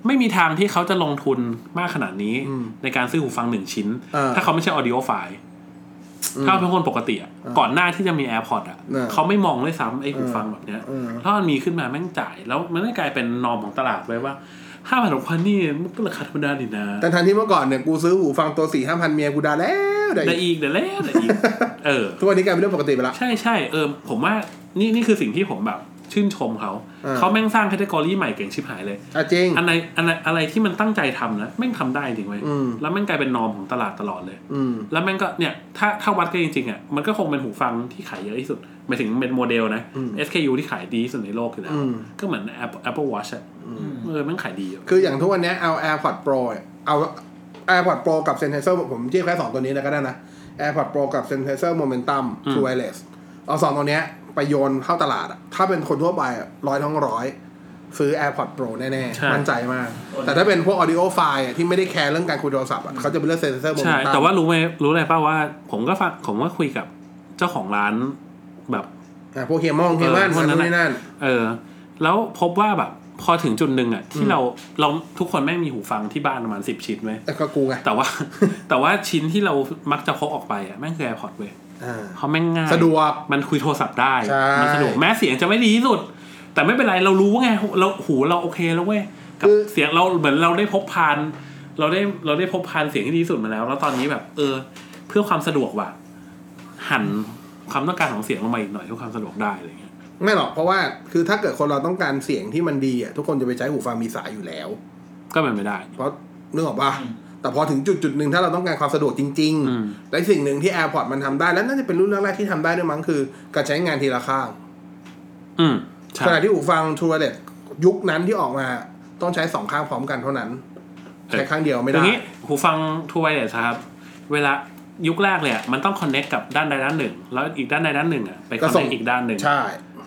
ไม่มีทางที่เขาจะลงทุนมากขนาดนี้ ในการซื้อหูฟังหนึ่งชิ้น เออ ถ้าเขาไม่ใช่ audio file ถ้าเขาเป็นคนปกติอ่ะก่อนหน้าที่จะมี AirPod อ่ะ เออ เขาไม่มองด้วยซ้ำไอ้หูฟังแบบเนี้ย เออ ถ้ามันมีขึ้นมาแม่งจ่าย แล้วมันได้กลายเป็นนอมของตลาดไว้ว่าห้าพันหกพันนี่มันก็ราคาธรรมดาดีนะ แต่ทันที่เมื่อก่อนเนี่ย กูซื้อหูฟังตัวสี่ห้าพันเมียกูด่าแล้วได้ ได้ อีก อีกเดี๋ยวแล้วได้อีก เออ ทุกวันนี้กลายเป็นเรื่องปกติไปละ ใช่ใช่เออ ผมว่านี่นี่คือสิ่งที่ผมแบบ ชื่นชมเขา เออ เขาแม่งสร้างแคตตากรีใหม่เก่งชิบหายเลย อ่ะจริง อันไหนอันไหนอะไรที่มันตั้งใจทำนะ แม่งทำได้จริงไหม อืม แล้วแม่งกลายเป็นนอมของตลาดตลอดเลย อืม แล้วแม่งก็เนี่ย ถ้าถ้าวัดกันจริงๆอ่ะมันก็คงเป็นหูฟังที่ขายเยอะที่สุดหมายถึงเป็นโมเดลนะ อืม SKU ที่ขายดีที่สุดในโลกอยู่แล้ว อืม ก็เหมือน Apple, Apple Watch อ่ะเออแม่งขายดีอะ คืออย่างทุกวันเนี้ยเอา AirPods Pro เนี่ยเอา AirPods Pro กับ Sennheiser ผมเทียบแค่สองตัวนี้นะก็ได้นะ AirPods Pro กับ Sennheiser Momentum True Wireless เอาสองตัวเนี้ยไปโยนเข้าตลาดอะถ้าเป็นคนทั่วไปอะร้อยทั้งร้อยซื้อ AirPods Pro แน่ๆ มั่นใจมาก แต่ถ้าเป็นพวก audio file อะที่ไม่ได้แคร์เรื่องการคุยโทรศัพท์อะเขาจะเป็นเรื่อง Sennheiser ใช่ Momentum แต่ว่ารู้ไหมรู้อะไรป่าว่า ผมก็ฟังผมก็คุยกับเจ้าของร้านแบบ อ่ะพวกเฮมองเฮมัน เออพวกนั้นอะ นี่นั่น เออแล้วพบว่าแบบพอถึงจุดหนึ่งอะที่เราเราทุกคนแม่งมีหูฟังที่บ้านประมาณสิบชิ้นไหม แต่ก็กูไง แต่ <laughs> ว่า แต่ว่าชิ้นที่เรามักจะพกออกไปอะแม่งคือ AirPods เว้ย อ่า เพราะแม่งง่าย สะดวก มันคุยโทรศัพท์ได้ ใช่ มัสะดวกแม้เสียงจะไม่ดีที่สุด แต่ไม่เป็นไรเรารู้ว่าไงเราหูเราโอเคแล้วเว้ยกับเสียงเราเหมือนเราได้พบพาน เราได้เราได้พบพานเสียงที่ดีที่สุดมาแล้ว แล้วตอนนี้แบบ เออ เพื่อความสะดวกว่ะหันความต้องการของเสียงลงมาอีกหน่อยเพื่อความสะดวกได้อะไรเงี้ย ไม่หรอกเพราะว่าคือถ้าเกิดคนเราต้องการเสียงที่มันดีอ่ะทุกคนจะไปใช้หูฟังมีสายอยู่แล้ว ก็เป็นไม่ได้ เพราะนึกออกปะ อืม แต่พอถึงจุดจุดหนึ่งถ้าเราต้องการความสะดวกจริง อืม ๆ และสิ่งหนึ่งที่ AirPod มันทำได้ และน่าจะเป็นรุ่นแรกๆที่ทำได้ด้วยมั้งคือ การใช้งานทีละข้าง อืมใช่ ขณะที่หูฟัง True Wireless ยุคนั้นที่ออกมาต้องใช้สองข้างพร้อมกันเท่านั้น เออ ใช้ข้างเดียวไม่ ตร ได้ งนี้หูฟังทูไวเลสครับ เวลา ยุคแรกเลยอะมันต้องคอนเน็กกับด้านใดด้านหนึ่ง แล้วอีกด้านใดด้านหนึ่งอ่ะไปค ก็ อน ส่ เน็ ง กอีกด้านหนึ่ง ใช่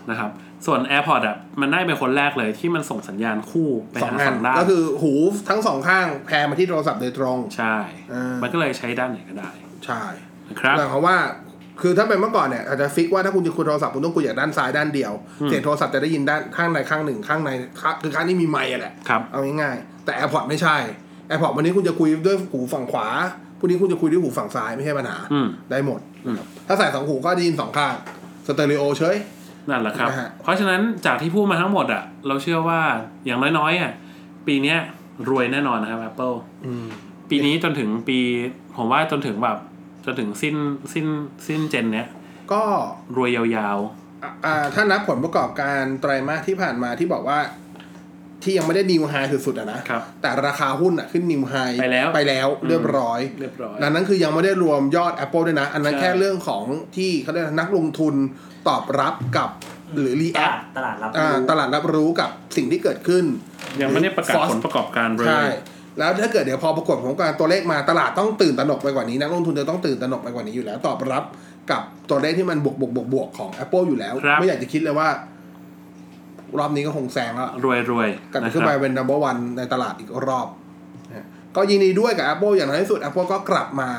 นะครับ ส่วน AirPod อ่ะมันได้เป็นคนแรกเลยที่มันส่งสัญญาณคู่ไป สอง หา อั ส น องด้าน ก็คือหูทั้งสองข้างแพรมาที่โทรศัพท์โดยตรง ใช่ อ่ามั มันก็เลยใช้ด้านไหนก็ได้ ใช่ นะครับ หมายความว่า คือถ้าเป็นเมื่อก่อนเนี่ยอาจจะฟิกว่าถ้าคุณจะคุยโทรศัพท์คุณต้องคุยจากด้านซ้ายด้านเดียว เสียงโทรศัพท์จะได้ยินด้านข้างในข้างหนึ่งข้างในข้างคือข้างที่มีไมค์อะแหละ ครับ เอาง่ายๆ แต่ AirPod ไม่ใช่ AirPod วันนี้คุณจะคุยด้วยหูฝั่งขวาพรุ่งนี้คุณจะคุยด้วยหูฝั่งซ้ายไม่ใช่ปัญหา อืม ได้หมดนะครับถ้าใส่สองหูก็ได้ยินสองข้างสเตอริโอเฉย นั่นแหละครับ นะฮะ เพราะฉะนั้นจากที่พูดมาทั้งหมดอ่ะ เราเชื่อว่าอย่างน้อยๆอ่ะปีเนี้ยรวยแน่นอนนะครับ Apple อืม ปีนี้จนถึงปี ผมว่าจนถึงแบบจนถึงสิ้นสิ้นสิ้นเจนเนี้ย ก็ รวยยาว อ่ะอ่าถ้านับผลประกอบการไตรมาสที่ผ่านมาที่บอกว่า ที่ยังไม่ได้นิวไฮสุดๆอะนะ ๆ ครับ แต่ราคาหุ้นอ่ะขึ้นนิวไฮ ไปแล้ว ไปแล้วเรียบร้อย เรียบร้อย ดังนั้นคือยังไม่ได้รวมยอด Apple ด้วยนะ อันนั้น ใช่ แค่เรื่องของที่เขาเรียกนักลงทุนตอบรับกับหรือรี ต แอค ลาดตลาดรับรู้ ตลาดรับรู้กับสิ่งที่เกิดขึ้น ยังไม่ได้ประกาศ Force ผลประกอบการเลย ใช่ แล้วถ้าเกิดเดี๋ยวพอประกวดผลการตัวเลขมาตลาดต้องตื่นตระหนกไปกว่านี้นักลงทุนจะต้องตื่นตระหนกไปกว่านี้อยู่แล้ว ตอบรับกับตัวเลขที่มันบวกบวกบวกบวกของ Apple อยู่แล้ว ไม่อยากจะคิดเลยว่า รอบนี้ก็คงแซงแล้ว รวยรวย กลับ นะค ขึ้นไป รับ เป็น number one ในตลาดอีกรอบนะก็ยินดีด้วยกับ Apple อย่างน้อยที่สุด Apple ก็กลับมา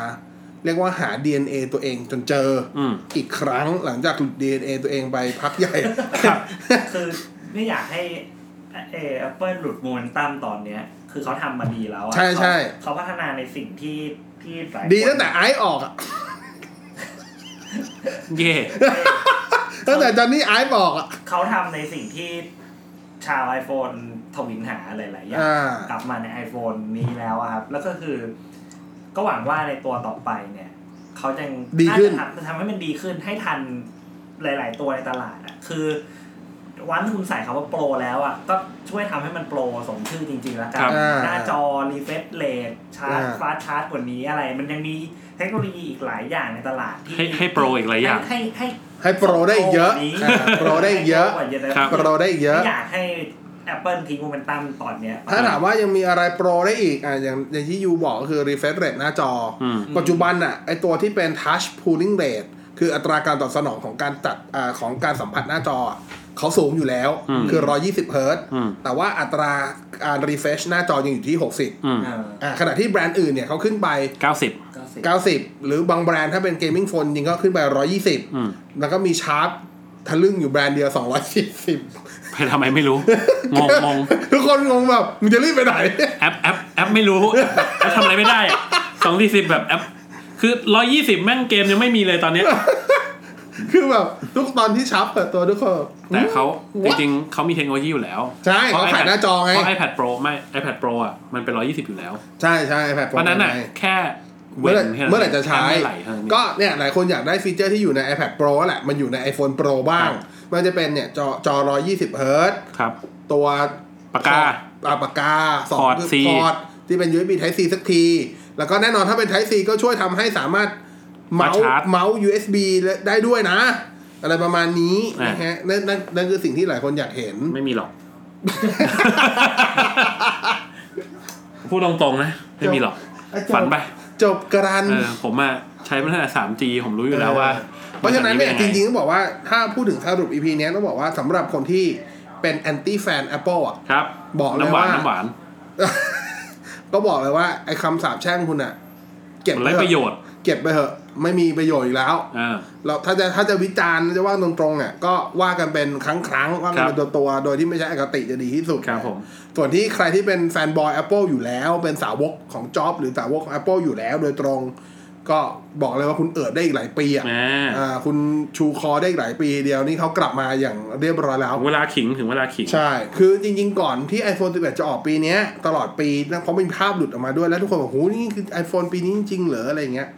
เรียกว่าหา DNA ตัวเองจนเจอ อืม อีกครั้งหลังจากหลุด DNA ตัวเองไปพักใหญ่ ครับ คือไม่อยากให้เอแอปเปิลหลุดโมเมนตัมตอนเนี้ย คือเขาทำมาดีแล้วอะ ใช่ใช่ เขาเขาพัฒนาในสิ่งที่ที่หลาย ดี คน ตั้งแต่ไอซ์ออกอะ เย่ <laughs> ตั้งแต่จอนนี่ไอซ์ออกอะ เขาทำในสิ่งที่ชาว iPhone ทวินหาหลายๆอย่าง อ่า กลับมาใน iPhone นี้แล้วอะครับ แล้วก็คือ ก็หวังว่าในตัวต่อไปเนี่ย เขาจะ ดีขึ้น าจะทำทำให้มันดีขึ้นให้ทันหลาย ๆ ตัวในตลาดอะคือ วันคุณใส่คำว่าโปรแล้วอะก็ช่วยทำให้มันโปรสมชื่อจริง ๆ แล้วกั ครั น บ หน้าจอ รีเฟรชเรทชาร์จ อ่า ฟาสต์ชาร์จกว่านี้อะไร มันยังมีเทคโนโลยีอีกหลายอย่างในตลาดที่ ให้ให้โปรอีกหลายอย่าง ให้ให้ ให้โปรได้อีกเยอะอ่าโปรได้อีกเยอะ ครับ โปรได้อีกเยอะ ไม่อยากให้ Apple ทิ้งโมเมนตัมตอนเนี้ย ถ้าถามว่ายังมีอะไรโปรได้อีกอ่ะอย่างอย่างที่ยูบอกก็คือ refresh rate หน้าจออ ม ปัจจุบันอ่ะไอตัวที่เป็น touch pooling rate คืออัตราการตอบสนองของการจัดอ่าของการสัมผัสหน้าจออ่ะเขาสูงอยู่แล้ว อืม คือ 120 เฮิร์ตซ์ อืม แต่ว่าอัตราการ refresh หน้าจอยังอยู่ที่ 60 อืม เออ อ่าขณะที่แบรนด์อื่นเนี่ยเขาขึ้นไป เก้าสิบ ก็สิ 90 หรือบางแบรนด์ถ้าเป็นเกมมิ่งโฟนจริงก็ขึ้นไป อืม 120 แล้วก็มีชาร์ปทะลึ่งอยู่แบรนด์เดียว 240 ไปทำไมไม่รู้ งงงง ทุกคนงงแบบมึงจะรีบไปไหน แอปแอปแอปไม่รู้แอปทำอะไรไม่ได้ <laughs> สองสี่สิบแบบแอป คือร้อยยี่สิบแม่งเกมยังไม่มีเลยตอนเนี้ย คือแบบทุกตอนที่ชับเปิดตัวทุกคน แต่เขาจ อืม ริงๆเขามีเทคโนโลยีอยู่แล้ว ใช่เขาขายหน้าจอไง เพราะ iPad Pro ไม่ iPad Pro อ่ะ มันเป็นร้อยี่สิบอยู่แล้ว ใช่ใช่แพด เพราะฉะนั้นอ่ะ แค่ เมื่อไหร่ แค่นั้น เมื่อไหร่จะใช้ แค่เมื่อไหร่เท่านั้น ก็เนี่ยหลายคนอยากได้ฟีเจอร์ที่อยู่ใน iPad Pro แหละ มันอยู่ใน iPhone Pro บ้าง ครับ มันจะเป็นเนี่ยจอจอ120เฮิร์ตซ์ ครับ ตัว ปากกา อ่ปากกาสอง พอร์ต คื C พอร์ตที่เป็น USB Type C สักที แล้วก็แน่นอนถ้าเป็น Type C ก็ช่วยทำให้สามารถเมาส์ มาชาร์จ เมาส์ USB ได้ด้วยนะ อะไรประมาณนี้ อ่าน นะฮะนั่นนั่นนั่นคือสิ่งที่หลายคนอยากเห็น ไม่มีหร <laughs> อก พูดตรงๆนะ ไม่มีหรอก ฝันไป จบกรัน เออ ผมอ่ะใช้มาตั้งแต่ 3G ผมรู้อยู่แล้วว่า เพราะฉะนั้นเนี่ยจริงๆๆต้องบอกว่าถ้าพูดถึงสรุป EP เนี้ยต้องบอกว่าสำหรับคนที่เป็นแอนตี้แฟน Apple อ่ะ <laughs> ครับ บอกเลย น้ำหวาน ว่า น้ำหวาน ก็บอกเลยว่าไอ้คำสาปแช่งคุณอ่ะ เก็บ มัน ไว้ ไร้ เถ ประโย อะ ชน์ เก็บไปเถอะไม่มีประโยชน์อีกแล้ว อ่า เราถ้าจะถ้าจะวิจารณ์จะว่าตรงๆอ่ะก็ว่ากันเป็นครั้งครั้งๆว่ากันเป็น คตัรัวบตัวๆโดยที่ไม่ใช่อคติจะดีที่สุด ครับผม ส่วนที่ใครที่เป็นแฟนบอย Apple อยู่แล้ว เป็นสาวกของจ็อบหรือสาวกของ Apple อยู่แล้วโดยตรง ก็บอกเลยว่าคุณเอิดได้อีกหลายปีอ่ะ แหม อ่าคุณชูคอได้อีกหลายปี เดียวนี่เขากลับมาอย่างเรียบร้อยแล้ว ถึงเวลาขิงถึงเวลาขิง ใช่ คือจริงๆ ก่อนที่ iPhone 11 จะออกปีเนี้ย ตลอดปีนะเพราะมีภาพหลุดออกมาด้วยแล้วทุกคนบอกโหนี่คือ iPhone ปีนี้จริงๆเหรออะไรเงี้ย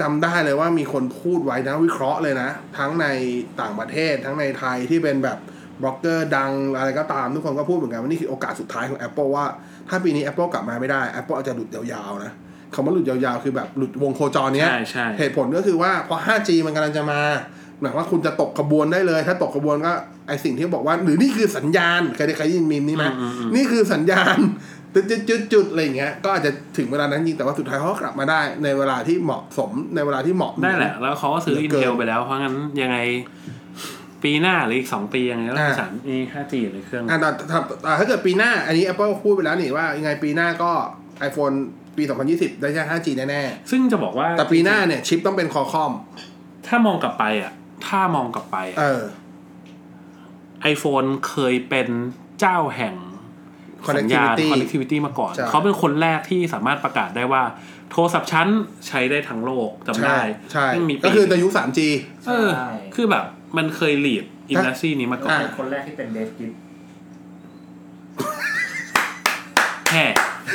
จำได้เลยว่ามีคนพูดไว้นะวิเคราะห์เลยนะ ทั้งในต่างประเทศ ทั้งในไทยที่เป็นแบบบล็อกเกอร์ดังอะไรก็ตาม ทุกคนก็พูดเหมือนกันว่านี่คือโอกาสสุดท้ายของ Apple ว่า ถ้าปีนี้ Apple กลับมาไม่ได้ Apple อาจจะหลุดยาวๆนะคำว่าหลุดยาวๆ คือแบบหลุดวงโคจรเนี้ย ใช่ใช่ เหตุผลก็คือว่าพอ 5G มันกำลังจะมาหมายความว่าคุณจะตกขบวนได้เลย ถ้าตกขบวนก็ไอสิ่งที่บอกว่า หรือนี่คือสัญญาณ ใครได้ใครได้ยินมีมนี้ไหม อืมอืมอืม นี่คือสัญญาณ จุดจุดจุดจุดอะไรอย่างเงี้ยก็อาจจะถึงเวลานั้นจริงแต่ว่าสุดท้ายเขาก็กลับมาได้ ในเวลาที่เหมาะสมในเวลาที่เหมาะ ได้แหละ แล้วเขาก็ซื้ออิน เกิ เท น ลไปแล้ว เพราะงั้นยังไง ปีหน้าหรืออีกสองปียังไงก็ อ่า สามมีห้าจีในเครื่อง อ่ะแต่แต่แต่ถ้าเกิดปีหน้า อันนี้ Apple พูดไปแล้วนี่ว่ายังไงปีหน้าก็ iPhone ปี 2020 ได้ใช้ 5G แน่ ซึ่งจะบอกว่า ๆ แต่ปีหน้าเนี่ยชิปต้องเป็นคอคอม ถ้ามองกลับไปอ่ะ ถ้ามองกลับไป เอ อ่ะ อ iPhone เคยเป็นเจ้าแห่งสัญญาณ connectivity connectivity มาก่อน ใช่ เขาเป็นคนแรกที่สามารถประกาศได้ว่า โทรศัพท์ชั้นใช้ได้ทั้งโลกจำ ใช่ ได้ ใช่ ซึ่งมีปี ก็คือจะยุค 3G เออ ใช่ คือแบบมันเคยหลีดอินดัสซีนี้มาก่อน อ่ะ เป็นคนแรกที่เป็นเดฟกิฟ แห่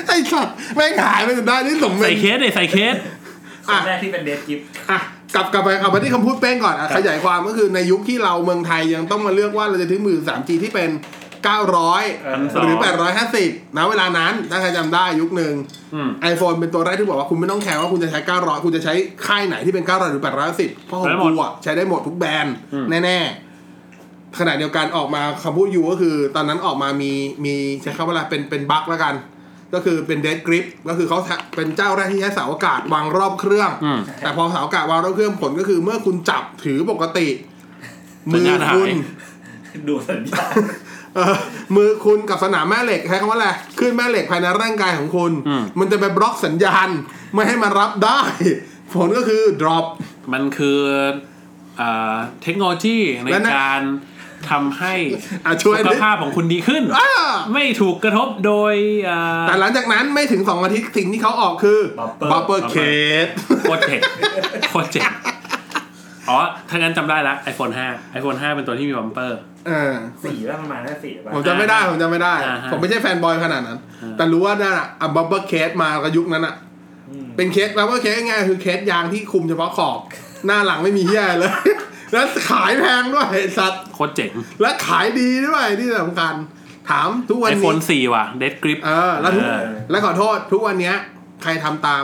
ไอ้สัตว์แม่งหายไปจนได้นี่สมเป็ ใส่ น เคสเลยใส่เคส ค อ่ะ นแรกที่เป็นเดฟกิฟ อ่ะกลับกลับไปกลับไปที่คำพูดเป้งก่อนอ่ะ ครับ ขยายความก็คือในยุคที่เราเมืองไทยยังต้องมาเลือกว่าเราจะถือมือ 3G ที่เป็น 900 พันสอหงรือ 850นะเวลานั้นถ้าใครจำได้ยุคหนึ่ง อืม iPhone เป็นตัวแรกที่บอกว่าคุณไม่ต้องแคร์ว่าคุณจะใช้ 900 คุณจะใช้ค่ายไหนที่เป็น 900 หรือ 810 เพราะของกูอ่ะใช้ได้หมดทุกแบรนด์ อืม แน่ๆขณะเดียวกันออกมาคำพูดยูก็คือ ตอนนั้นออกมามีมีใช้คำว่าอะไรเป็นเป็นบั๊กแล้วกัน ก็คือเป็นเด d กริปก็คือเขาเป็นเจ้าแรกที่ใช้เสาอากาศวางรอบเครื่อง อืม แต่พอเสาอากาศวางรอบเครื่องผลก็คือเมื่อคุณจับถือปกติ สั มื ญ อ ญาณหาย คุณ ดูสัญญาณ เอ่อมือคุณกับสนามแม่เหล็กใช้คำว่าอะไรขึ้นแม่เหล็กภายในร่างกายของคุณ อืม มันจะไปบล็อกสัญญาณ ไม่ให้มารับได้ ผลก็คือ drop มันคืออ่าเทคโนโลยีใน และนะ การทำให้ อ่ะช่วยดิ สุขภาพของคุณดีขึ้น อ้า ไม่ถูกกระทบโดยอ่า แต่หลังจากนั้นไม่ถึง 2 อาทิตย์สิ่งที่เขาออกคือ bumper case โคตรเจ็บโคตรเจ็บอ๋อ ถ้างั้นจำได้ละ iPhone 5 iPhone 5 เป็นตัวที่มีบัมเปอร์ เออ สี่แล้วประมาณน่าสี่ป่ะ ผมจำไม่ได้ผมจำไม่ได้ อ่าฮะ ผมไม่ใช่แฟนบอยขนาดนั้น แต่รู้ว่านั่นอะอ่ะ bumper case มาก็ยุคนั้นอะ อืม เป็นเคสแล้วก็เคสง่ายๆคือเคสยางที่คุมเฉพาะขอบ หน้าหลังไม่มีเหี้ยเลย <laughs> แล้วขายแพงด้วยไอ้สัตว์ โคตรเจ๋ง และขายดีด้วยที่สำคัญ ถามทุกวันนี้ iPhone 4 ว่ะ Dead Grip เออแล้วทุก เออ และขอโทษทุกวันเนี้ย ใครทำตาม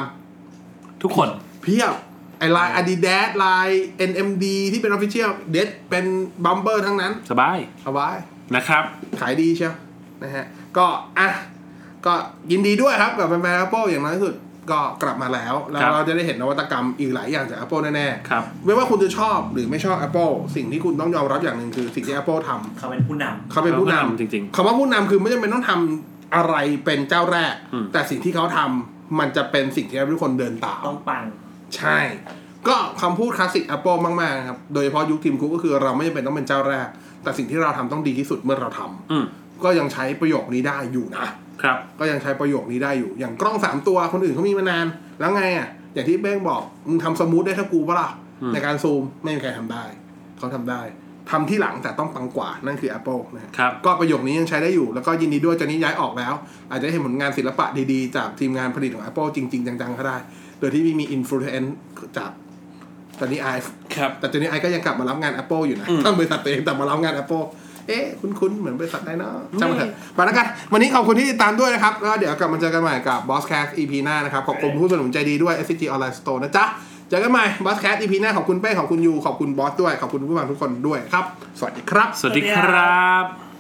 ทุกคน เพียบ ไอลาย Adidas ลาย NMD ที่เป็น Official เดดเป็นบัมเบอร์ทั้งนั้น สบาย เอาไว้ นะครับ ขายดีเชียวนะฮะ ก็อ่ะก็ยินดีด้วยครับกับแฟนๆ Apple อย่างน้อยที่สุดก็กลับมาแล้ว แล้ว ครับ เราจะได้เห็นนวัตกรรมอีกหลายอย่างจาก Apple แน่ๆ ครับ ไม่ว่าคุณจะชอบหรือไม่ชอบ Apple สิ่งที่คุณต้องยอมรับอย่างหนึ่งคือสิ่งที่ Apple ทำ เขาเป็นผู้น เขาเป็นผู้นำ เขาเป็นผู้นำจริงๆ คำว่าผู้นำคือไม่จำเป็นต้องทำอะไรเป็นเจ้าแรก อืม แต่สิ่งที่เขาทำมันจะเป็นสิ่งที่ทุกคนเดินตาม ำต้องปัง ใช่ ก็คำพูดคลาสสิก Apple มากๆนะครับ โดยเฉพาะยุคทีมคุกก็คือเราไม่จำเป็นต้องเป็นเจ้าแรก แต่สิ่งที่เราทำต้องดีที่สุดเมื่อเราทำ อืม ก็ยังใช้ประโยคนี้ได้อยู่นะ ครับ ก็ยังใช้ประโยคนี้ได้อยู่ อย่างกล้องสามตัวคนอื่นเขามีมานาน แล้วไงอ่ะ อย่างที่เบ้งบอก มึงทำสมูทได้เท่ากูปะล่ะ อืม ในการซูม ไม่มีใครทำได้ เขาทำได้ ทำที่หลังแต่ต้องปังกว่า นั่นคือ Apple นะฮะ ครับ ก็ประโยคนี้ยังใช้ได้อยู่ แล้วก็ยินดีด้วยจอนนี้ย้ายออกแล้ว อาจจะได้เห็นผลงานศิลปะดีๆ จากทีมงานผลิตของ Apple จริง ๆ จังๆ ก็ได้ โดยที่ไม่มีอินฟลูเอนซ์จากจอนนี้ไอซ์ ครับ แต่จอนนี้ไอซ์ก็ยังกลับมารับงาน Apple อยู่นะ อืม ทำบริษัทตัวเองแต่มารับงาน Apple เอ๊ะคุ้นๆ เหมือนบริษัทไหนเนาะจำมาเถอะไปแล้วกัน วันนี้ขอบคุณที่ติดตามด้วยนะครับ แล้วเดี๋ยวกลับมาเจอกันใหม่กับ Bosscast EP หน้านะครับ ขอบคุณผู้สนับสนุนใจดีด้วย SCG Online Store นะจ๊ะ เจอกันใหม่ Bosscast EP หน้าขอบคุณเป้ขอบคุณยูขอบคุณบอสด้วยขอบคุณผู้ฟังทุกคนด้วยครับ สวัสดีครับ สวัสดีครับ